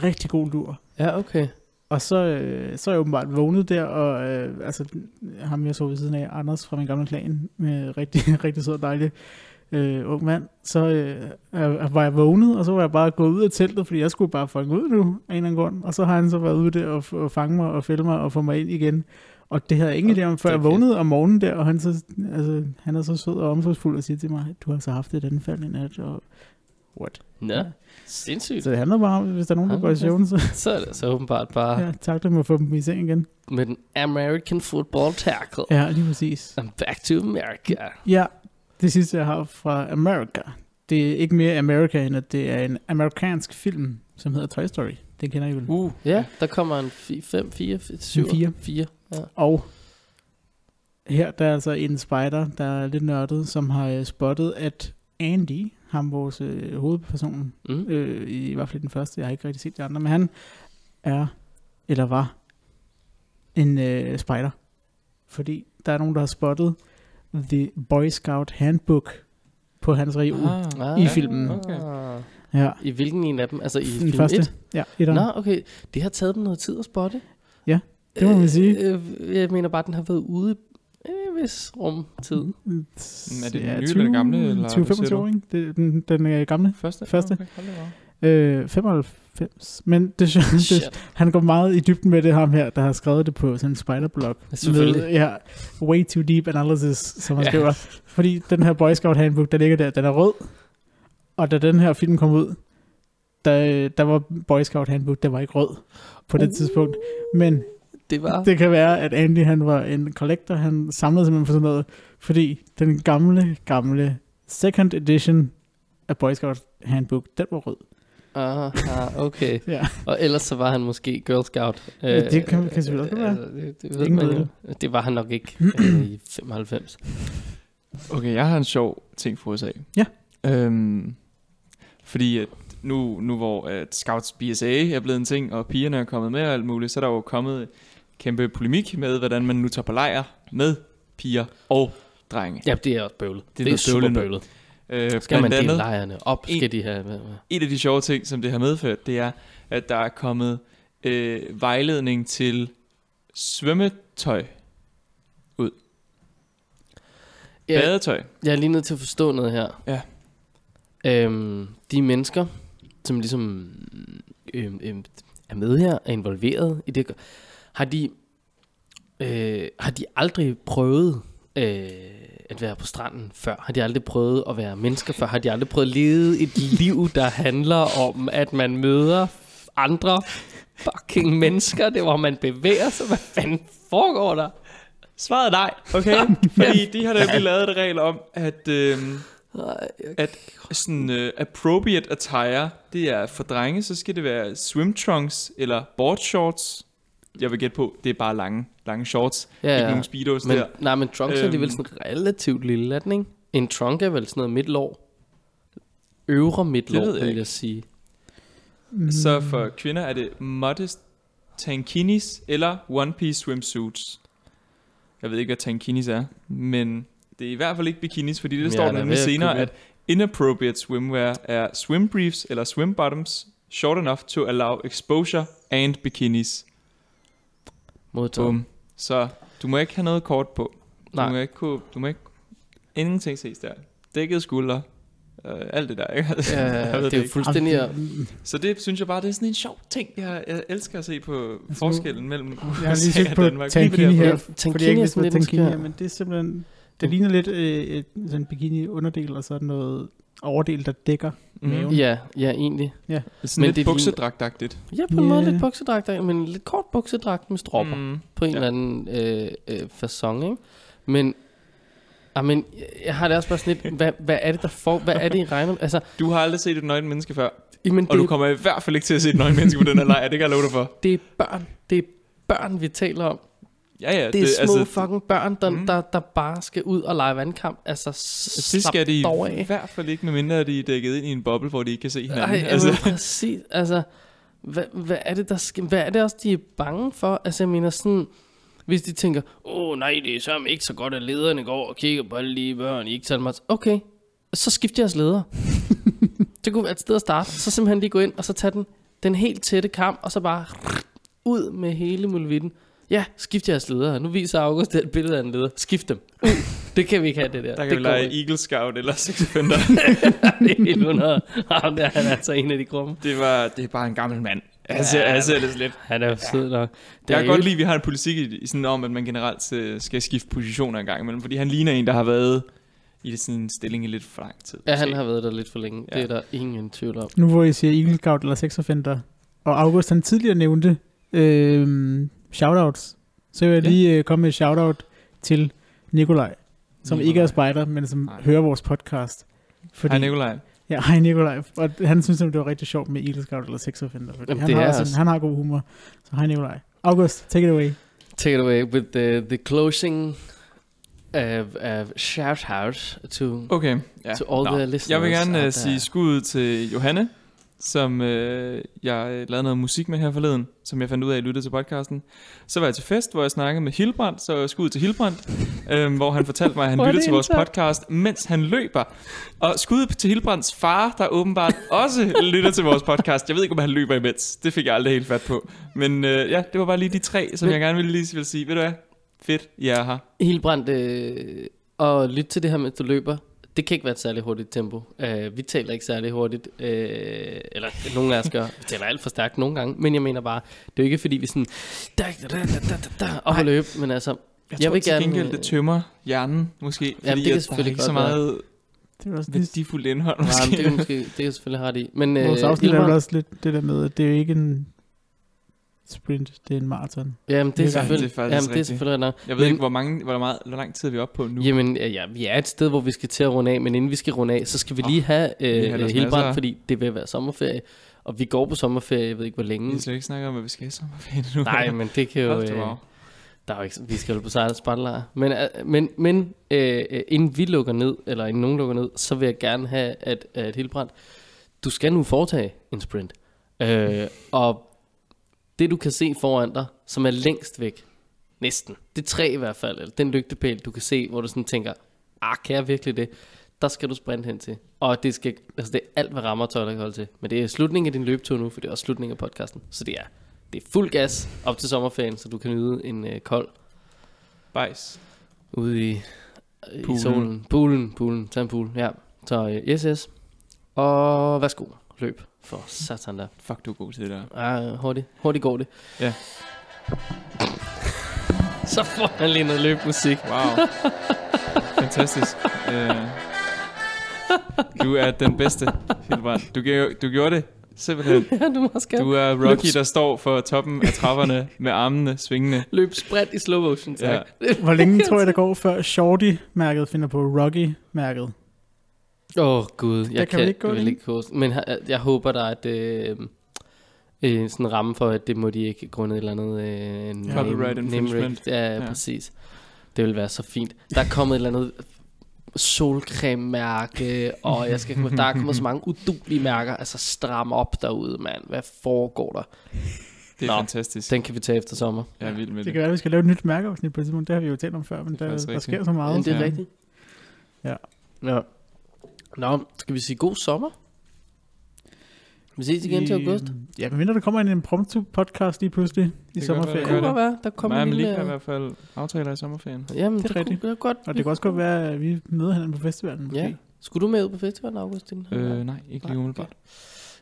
Speaker 3: rigtig god lur.
Speaker 1: Ja, okay.
Speaker 3: Og så, øh, så er jeg åbenbart vågnet der, og øh, altså, ham jeg så ved siden af, Anders fra min gamle klan, med rigtig, rigtig sød og dejlig øh, ung mand, så øh, er- var jeg vågnet, og så var jeg bare gået ud af teltet, fordi jeg skulle bare fange ud nu, af en eller anden grund. Og så har han så været ude der og, f- og fange mig og fælde mig og få mig ind igen. Og det havde jeg ingen idé om, før jeg
Speaker 1: Okay.
Speaker 3: vågnede om morgenen der, og han, så, altså, han er så sød og omsorgsfuld og siger til mig, du har så haft et anfald i nat, og what?
Speaker 1: Nå, sindssygt.
Speaker 3: Så det handler bare om, hvis der er nogen, der
Speaker 1: Ah,
Speaker 3: går i
Speaker 1: okay.
Speaker 3: søvn, så
Speaker 1: Så er det så åbenbart bare ja.
Speaker 3: ja, tak dem og få dem i seng igen.
Speaker 1: med den American football tackle. Ja.
Speaker 3: Ja, lige præcis.
Speaker 1: I'm back to America.
Speaker 3: Ja, det sidste jeg har fra America. Det er ikke mere America, end at det er en amerikansk film, som hedder Toy Story. Den kender I vel.
Speaker 2: Uh,
Speaker 1: Ja, der kommer en 5, 4, 7,
Speaker 3: En fire.
Speaker 1: 4. Ja.
Speaker 3: Og her der er altså en spider, der er lidt nørdet, som har øh, spottet, at Andy, ham vores øh, hovedperson,
Speaker 1: Mm.
Speaker 3: øh, i, i hvert fald i den første, jeg har ikke rigtig set de andre, men han er, eller var, en øh, spider. Fordi der er nogen, der har spottet The Boy Scout Handbook på hans reol.
Speaker 2: Ah,
Speaker 1: Ah,
Speaker 3: i filmen.
Speaker 2: Okay.
Speaker 1: Ah.
Speaker 3: Ja.
Speaker 1: I hvilken en af dem? Altså i
Speaker 3: den
Speaker 1: film
Speaker 3: første.
Speaker 1: 1?
Speaker 3: Ja, etteren.
Speaker 1: Nå, okay. Det har taget dem noget tid at spotte.
Speaker 3: Ja, det må
Speaker 1: Øh,
Speaker 3: man sige.
Speaker 1: Øh, jeg mener bare, at den har været ude i en vis rumtid.
Speaker 3: Mm,
Speaker 2: Er det den nye eller den gamle, eller hvad siger
Speaker 3: 25
Speaker 2: du?
Speaker 3: år, ikke? Det, er den, den er gamle.
Speaker 2: Første?
Speaker 3: Første.
Speaker 2: Okay, hold da op.
Speaker 3: Øh, 95. Men det, er sjovt, det,
Speaker 1: Shit.
Speaker 3: han går meget i dybden med det, ham her, der har skrevet det på sådan en spiderblog.
Speaker 1: Selvfølgelig.
Speaker 3: Med, ja, way too deep analysis, som han
Speaker 1: Ja.
Speaker 3: skriver. Fordi den her Boy Scout handbook, der ligger der, den er rød. Og da den her film kom ud, der, der var Boy Scout handbook, der var ikke rød på det
Speaker 1: Uh.
Speaker 3: tidspunkt. Men
Speaker 1: Det var...
Speaker 3: Det kan være, at Andy han var en collector, han samlede simpelthen på sådan noget, fordi den gamle, gamle second edition af Boy Scout Handbook, den var rød.
Speaker 1: Aha, okay.
Speaker 3: Ja.
Speaker 1: Og ellers så var han måske Girl Scout.
Speaker 3: Ja,
Speaker 1: Øh,
Speaker 3: det kan- kan selvfølgelig også
Speaker 1: øh,
Speaker 3: være.
Speaker 1: altså, Det, det, ved
Speaker 3: Ingen
Speaker 1: man
Speaker 3: ved
Speaker 1: jo. det var han nok ikke øh, i 95.
Speaker 2: Okay, jeg har en sjov ting for USA.
Speaker 3: Ja.
Speaker 2: Øhm, fordi at nu, nu hvor at Scouts BSA er blevet en ting, og pigerne er kommet med og alt muligt, så er der jo kommet kæmpe polemik med, hvordan man nu tager på lejr med piger og drenge.
Speaker 1: Ja, det er også bøvlet. Det er,
Speaker 2: noget
Speaker 1: super
Speaker 2: bøvlet
Speaker 1: bøvlet.
Speaker 2: noget. Øh,
Speaker 1: Skal man
Speaker 2: blandt
Speaker 1: dele
Speaker 2: andet-
Speaker 1: lejrene op? Skal de have... hvad- hvad-
Speaker 2: En af de sjove ting, som det har medført, det er, at der er kommet øh, vejledning til svømmetøj,
Speaker 1: Ja,
Speaker 2: badetøj.
Speaker 1: Jeg er lige nødt til at forstå noget her.
Speaker 2: Ja.
Speaker 1: Øhm, de mennesker, som ligesom øhm, øhm, er med her, er involveret i det, har de, øh, har de aldrig prøvet øh, at være på stranden før? Har de aldrig prøvet at være mennesker før? Har de aldrig prøvet at leve et liv, der handler om, at man møder andre fucking mennesker? Det er, hvor man bevæger sig. Hvad fanden foregår der?
Speaker 2: Svaret er nej, okay? Fordi de har nemlig lavet et regel om, at... Øh,
Speaker 1: Nej, jeg
Speaker 2: sådan uh, appropriate attire, det er for drenge, så skal det være swim trunks eller board shorts. jeg vil gætte på, det er bare lange, lange shorts. Ja,
Speaker 1: Ja,
Speaker 2: Ikke
Speaker 1: ja.
Speaker 2: nogen speedos
Speaker 1: Men,
Speaker 2: der.
Speaker 1: nej, men trunks øhm. er de vel
Speaker 2: Øhm.
Speaker 1: sådan relativt lille, er den ikke? En trunk er vel sådan noget midtlår. Øvre midtlår,
Speaker 2: ved jeg
Speaker 1: vil
Speaker 2: ikke.
Speaker 1: jeg sige.
Speaker 3: Mm,
Speaker 2: Så for kvinder er det modest tankinis eller one piece swimsuits. Jeg ved ikke, hvad tankinis er, men det er i hvert fald ikke bikinis, fordi det
Speaker 1: Jeg
Speaker 2: står
Speaker 1: er
Speaker 2: der
Speaker 1: da
Speaker 2: nemlig
Speaker 1: ved at
Speaker 2: senere,
Speaker 1: google.
Speaker 2: at inappropriate swimwear er swim briefs eller swim bottoms short enough to allow exposure and bikinis.
Speaker 1: Modtaget.
Speaker 2: Boom. Så du må ikke have noget kort på. Du må
Speaker 1: Nej,
Speaker 2: ikke kunne, du må ikke, ingenting ses der. Dækkede skuldre, øh, alt det der, ikke?
Speaker 1: ja,
Speaker 2: Jeg ved
Speaker 1: det er jo
Speaker 2: ikke.
Speaker 1: fuldstændig...
Speaker 3: Jamen, det-
Speaker 2: Så det synes jeg bare, det er sådan en sjov ting, jeg, jeg elsker at se på
Speaker 3: Altså, nu-
Speaker 2: forskellen mellem
Speaker 3: Jeg har lige
Speaker 2: USA
Speaker 3: set
Speaker 2: og
Speaker 3: på
Speaker 2: Danmark. Lige på det
Speaker 3: tankini
Speaker 2: her
Speaker 3: her,
Speaker 1: Ja, tankini
Speaker 3: fordi jeg ikke
Speaker 1: er
Speaker 3: vidste,
Speaker 1: sådan
Speaker 3: hvad
Speaker 1: lidt en
Speaker 3: tankini
Speaker 1: skør-
Speaker 3: er, men det er simpelthen... Det ligner lidt øh, et, sådan en bikini-underdel, og så noget overdel, der dækker.
Speaker 2: måde.
Speaker 3: maven.
Speaker 2: Mm.
Speaker 1: Ja, ja, egentlig. Men
Speaker 2: Sådan men
Speaker 1: det
Speaker 2: lidt
Speaker 1: ligner-
Speaker 2: buksedragtagtigt.
Speaker 1: Ja, på en yeah. måde
Speaker 3: Ja.
Speaker 1: lidt buksedragt, men lidt kort buksedragt med stropper.
Speaker 2: Mm.
Speaker 1: på en
Speaker 2: Ja.
Speaker 1: ja. eller anden øh, øh, façon, ikke? Men, ah, men jeg har det også bare sådan lidt, hvad, hvad er det, der får, hvad er det, I regner med? Altså,
Speaker 2: Du har aldrig set et nøgen menneske før,
Speaker 1: men
Speaker 2: og du
Speaker 1: det,
Speaker 2: kommer i hvert fald ikke til at se et nøgen menneske på den her lejr, det kan jeg love dig for.
Speaker 1: det er børn, det er børn, vi taler om.
Speaker 2: Ja, ja,
Speaker 1: Det er det, små altså,
Speaker 2: altså,
Speaker 1: fucking børn, der,
Speaker 2: Mm.
Speaker 1: mm. der, der bare skal ud og lege vandkamp. Altså,
Speaker 2: det
Speaker 1: slap
Speaker 2: skal de
Speaker 1: dog
Speaker 2: i
Speaker 1: af.
Speaker 2: hvert fald ikke, medmindre de er dækket ind i en boble, hvor de ikke kan se hinanden.
Speaker 1: Ej, altså.
Speaker 2: altså,
Speaker 1: præcis, altså, hvad, hvad, er det, der sker? hvad er det også, de er bange for? Altså, jeg mener sådan, hvis de tænker, åh oh, nej, det er sammen ikke så godt, at lederne går og kigger på alle de børn, I ikke tager meget. Okay, så skift jeres leder. det kunne være et sted at starte. Så simpelthen lige gå ind, og så tage den, den helt tætte kamp, og så bare ud med hele mulvitten. Ja, skift jeres ledere. Nu viser August et billede af en leder. Skift dem. Ud. Det kan vi ikke have, det der.
Speaker 2: der
Speaker 1: det
Speaker 2: kan vi
Speaker 1: går
Speaker 2: lege
Speaker 1: ikke.
Speaker 2: Eagle Scout eller Six Offender.
Speaker 1: det er helt under. Ham der, han er altså en af de grumme.
Speaker 2: det, var, det er bare en gammel mand. Altså,
Speaker 1: Ja.
Speaker 2: ja, altså, det lidt.
Speaker 1: Han er jo sød nok. Det
Speaker 2: Jeg
Speaker 1: er
Speaker 2: kan godt
Speaker 1: jo-
Speaker 2: lide, at vi har en politik i, i sådan om, at man generelt øh, skal skifte positioner en gang imellem, fordi han ligner en, der har været i det- sådan en stilling i lidt for lang tid.
Speaker 1: Ja, han
Speaker 2: måske.
Speaker 1: har været der lidt for længe. Ja.
Speaker 2: Ja.
Speaker 1: Det er der ingen tvivl om.
Speaker 3: Nu hvor I siger Eagle Scout eller Sex Offender, og August han tidligere nævnte øh, shoutouts, så vil jeg
Speaker 2: Ja.
Speaker 3: lige øh, komme med et shoutout til Nikolaj, som
Speaker 2: Nikolaj.
Speaker 3: ikke er spejder, men som
Speaker 2: Nej.
Speaker 3: hører vores podcast. Fordi,
Speaker 2: Hej Nikolaj.
Speaker 3: Ja, hej Nikolaj. Og han synes, at det var rigtig sjovt med Eagle Scout eller Sex Offender, fordi
Speaker 1: Jamen,
Speaker 3: han,
Speaker 1: det
Speaker 3: har
Speaker 1: er
Speaker 3: også, en-
Speaker 2: altså-
Speaker 1: også-
Speaker 3: han har god humor. Så hej Nikolaj. August, take it away.
Speaker 1: Take it away with the, the closing of, of shout out to, oh,
Speaker 2: Okay. Ja.
Speaker 1: to all
Speaker 2: Nå.
Speaker 1: the listeners.
Speaker 2: Jeg vil gerne
Speaker 1: out
Speaker 2: uh, sige
Speaker 1: there.
Speaker 2: skud ud til Johanne, som øh, jeg øh, lavede noget musik med her forleden, som jeg fandt ud af, at jeg lyttede til podcasten. Så var jeg til fest, hvor jeg snakkede med Hilbrand, så skud ud til Hilbrand, øh, hvor han fortalte mig, at han
Speaker 1: Hvor er
Speaker 2: lyttede
Speaker 1: det
Speaker 2: til vores
Speaker 1: interessant.
Speaker 2: podcast, mens han løber. Og skud ud til Hilbrands far, der åbenbart også lytter til vores podcast. Jeg ved ikke, om han løber imens. Det fik jeg aldrig helt fat på. Men øh, ja, det var bare lige de tre, som
Speaker 1: Men-
Speaker 2: jeg gerne ville lige ville sige. Ved du hvad? Fedt, I er her.
Speaker 1: Hilbrand, øh, og lyt til det her, mens du løber. Det kan ikke være et særlig hurtigt tempo. Øh, vi taler ikke særlig hurtigt. Øh, eller nogle af os gør. Vi taler alt for stærkt nogle gange. Men jeg mener bare, det er jo ikke fordi, vi sådan... Da, da, da, da, da, da, op og løbe. Men altså,
Speaker 2: Jeg,
Speaker 1: Jeg
Speaker 2: jeg tror
Speaker 1: vil
Speaker 2: til
Speaker 1: gerne,
Speaker 2: gengæld, det
Speaker 1: øh,
Speaker 2: tømmer hjernen, måske. Fordi
Speaker 1: det
Speaker 2: Jamen,
Speaker 1: kan
Speaker 2: det kan
Speaker 1: selvfølgelig
Speaker 2: ikke så
Speaker 1: godt være.
Speaker 2: meget
Speaker 3: Det er også det,
Speaker 2: værdifuldt indhold,
Speaker 1: Nej, men
Speaker 2: måske.
Speaker 1: det er måske, det er jeg selvfølgelig ret i. Men, øh,
Speaker 3: vores afsnit er
Speaker 1: Hilbrand-
Speaker 3: vel også lidt det der med, at det er jo ikke en sprint, det er en maraton.
Speaker 1: Jamen, det er
Speaker 3: Ja,
Speaker 1: selvfølgelig,
Speaker 2: det er faktisk
Speaker 1: jamen, det er
Speaker 2: rigtigt.
Speaker 1: selvfølgelig nok.
Speaker 2: Jeg ved
Speaker 1: Men-
Speaker 2: ikke, hvor, mange, hvor, meget, hvor lang tid er vi oppe på nu.
Speaker 1: Jamen, ja, ja, vi er et sted, hvor vi skal til at runde af, men inden vi skal runde af, så skal vi
Speaker 2: Åh,
Speaker 1: lige have
Speaker 2: vi har
Speaker 1: øh,
Speaker 2: ellers masser.
Speaker 1: Hilbrand, fordi det vil være sommerferie, og vi går på sommerferie, jeg ved ikke hvor
Speaker 2: Vi har
Speaker 1: længe.
Speaker 2: slet ikke snakket om, hvad vi skal i sommerferien nu.
Speaker 1: Nej, men det kan jo... Øh, der er jo ikke, vi skal jo på sejlet spejlelejr. Men, øh, men, men øh, øh, inden vi lukker ned, eller inden nogen lukker ned, så vil jeg gerne have, at, at Hilbrand, du skal nu foretage en sprint. Øh, og det, du kan se foran dig, som er længst væk, næsten, det er tre i hvert fald, eller den lygtepæl, du kan se, hvor du sådan tænker, ah, kan jeg virkelig det? Der skal du sprinte hen til. Og det, skal, altså det er alt, hvad rammer tøjler kan holde til. Men det er slutningen af din løbetur nu, for det er også slutningen af podcasten. Så det er det er fuld gas op til sommerferien, så du kan nyde en øh, kold øh,
Speaker 2: Bajs.
Speaker 1: ude i, i
Speaker 2: Poolen.
Speaker 1: solen. Poolen, poolen, tag en pool, ja. Så øh, yes, yes. Og værsgo, løb for satan der.
Speaker 2: Fuck, du er god til det der.
Speaker 1: Ah, hurtigt, hurtigt går det.
Speaker 2: Ja.
Speaker 1: Så får han lige noget løbmusik.
Speaker 2: Wow. Fantastisk. Øh, du er den bedste, Hilbrand. Du, gjorde- du gjorde det, simpelthen.
Speaker 1: Ja, du må skal
Speaker 2: Du er Rocky, der står for toppen af trapperne med armene svingende.
Speaker 1: løbe spredt i slow motion, tak. Åh,
Speaker 3: Hvor længe tror jeg, der går, før Shorty-mærket finder på Rocky-mærket?
Speaker 1: ja. oh, gud, jeg
Speaker 3: kan
Speaker 1: kan,
Speaker 3: vi ikke gå
Speaker 1: vel
Speaker 3: længe.
Speaker 1: ikke huske. Men jeg, jeg håber der at, øh, øh, sådan ramme for, at det må de ikke grundet et eller andet øh, name,
Speaker 2: Copyright infringement.
Speaker 1: rec- Ja, ja,
Speaker 2: Ja.
Speaker 1: præcis. Det ville være så fint. Der er kommet et eller andet solcrememærke, og jeg skal, der er kommet så mange udulige mærker. Altså stram op derude, mand. Hvad foregår der?
Speaker 2: Det er
Speaker 1: Nå.
Speaker 2: fantastisk.
Speaker 1: Den kan vi tage efter sommer.
Speaker 2: Jeg er vild med
Speaker 3: Det
Speaker 2: det.
Speaker 3: kan være, at vi skal lave et nyt mærkeafsnit på et tidspunkt. Det har vi jo talt om før, men
Speaker 2: Det er
Speaker 3: der,
Speaker 2: faktisk
Speaker 3: der
Speaker 2: rigtigt.
Speaker 3: sker så
Speaker 1: Men
Speaker 3: meget.
Speaker 1: det er
Speaker 2: Ja.
Speaker 1: rigtigt.
Speaker 3: Ja.
Speaker 1: ja. Nå, skal vi sige god sommer? Vi ses igen til august.
Speaker 3: øh, Ja, men mindre der kommer en impromptu podcast lige pludselig i
Speaker 2: godt
Speaker 1: Det
Speaker 3: sommerferien.
Speaker 2: være,
Speaker 1: kunne
Speaker 2: det.
Speaker 1: godt være, der kommer
Speaker 2: Mig og
Speaker 1: en
Speaker 2: Malik har
Speaker 1: lille...
Speaker 2: i hvert fald aftaler i sommerferien.
Speaker 1: Jamen,
Speaker 3: Det er
Speaker 1: det,
Speaker 3: rigtigt.
Speaker 1: kunne, det er godt.
Speaker 3: Og det kan også godt være, at vi møder hinanden på festivalen. måske.
Speaker 1: Ja. Skulle du med ud på festivalen, Augustin?
Speaker 2: Øh, nej, ikke lige
Speaker 1: Nej,
Speaker 2: umiddelbart.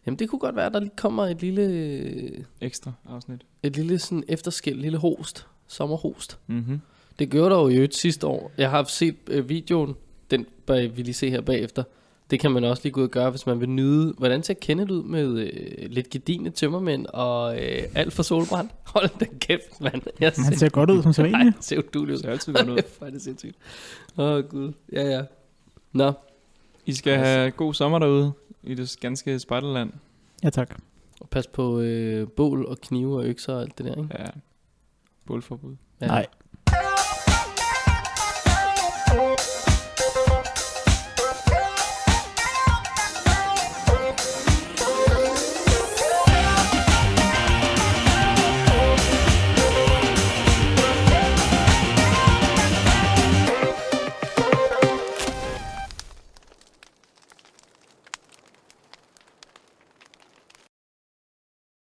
Speaker 1: Jamen, det kunne godt være, der lige kommer et lille,
Speaker 2: Ekstra afsnit.
Speaker 1: et lille sådan efterskæld, lille host, sommerhost.
Speaker 2: Mhm.
Speaker 1: Det gjorde der jo i øvrigt sidste år. Jeg har set øh, videoen, den bør vi lige se her bagefter. Det kan man også lige gå ud og gøre, hvis man vil nyde, hvordan ser Kenneth ud med øh, lidt gedine tømmermænd og øh, alt for solbrand. Hold da kæft, mand. Jeg
Speaker 3: Men Han ser godt ud som
Speaker 1: Nej,
Speaker 3: sædvanligt.
Speaker 1: det ser udulig
Speaker 2: Det
Speaker 1: ud.
Speaker 2: ser altid godt ud.
Speaker 1: Hvor er det sindssygt. Åh, oh, gud. Ja, ja. Nå,
Speaker 2: I skal have god sommer derude i det ganske spejderland.
Speaker 3: Ja, tak.
Speaker 1: og pas på øh, bål og knive og økser og alt det der, ikke?
Speaker 2: Ja, bålforbud.
Speaker 1: Ja.
Speaker 3: Nej.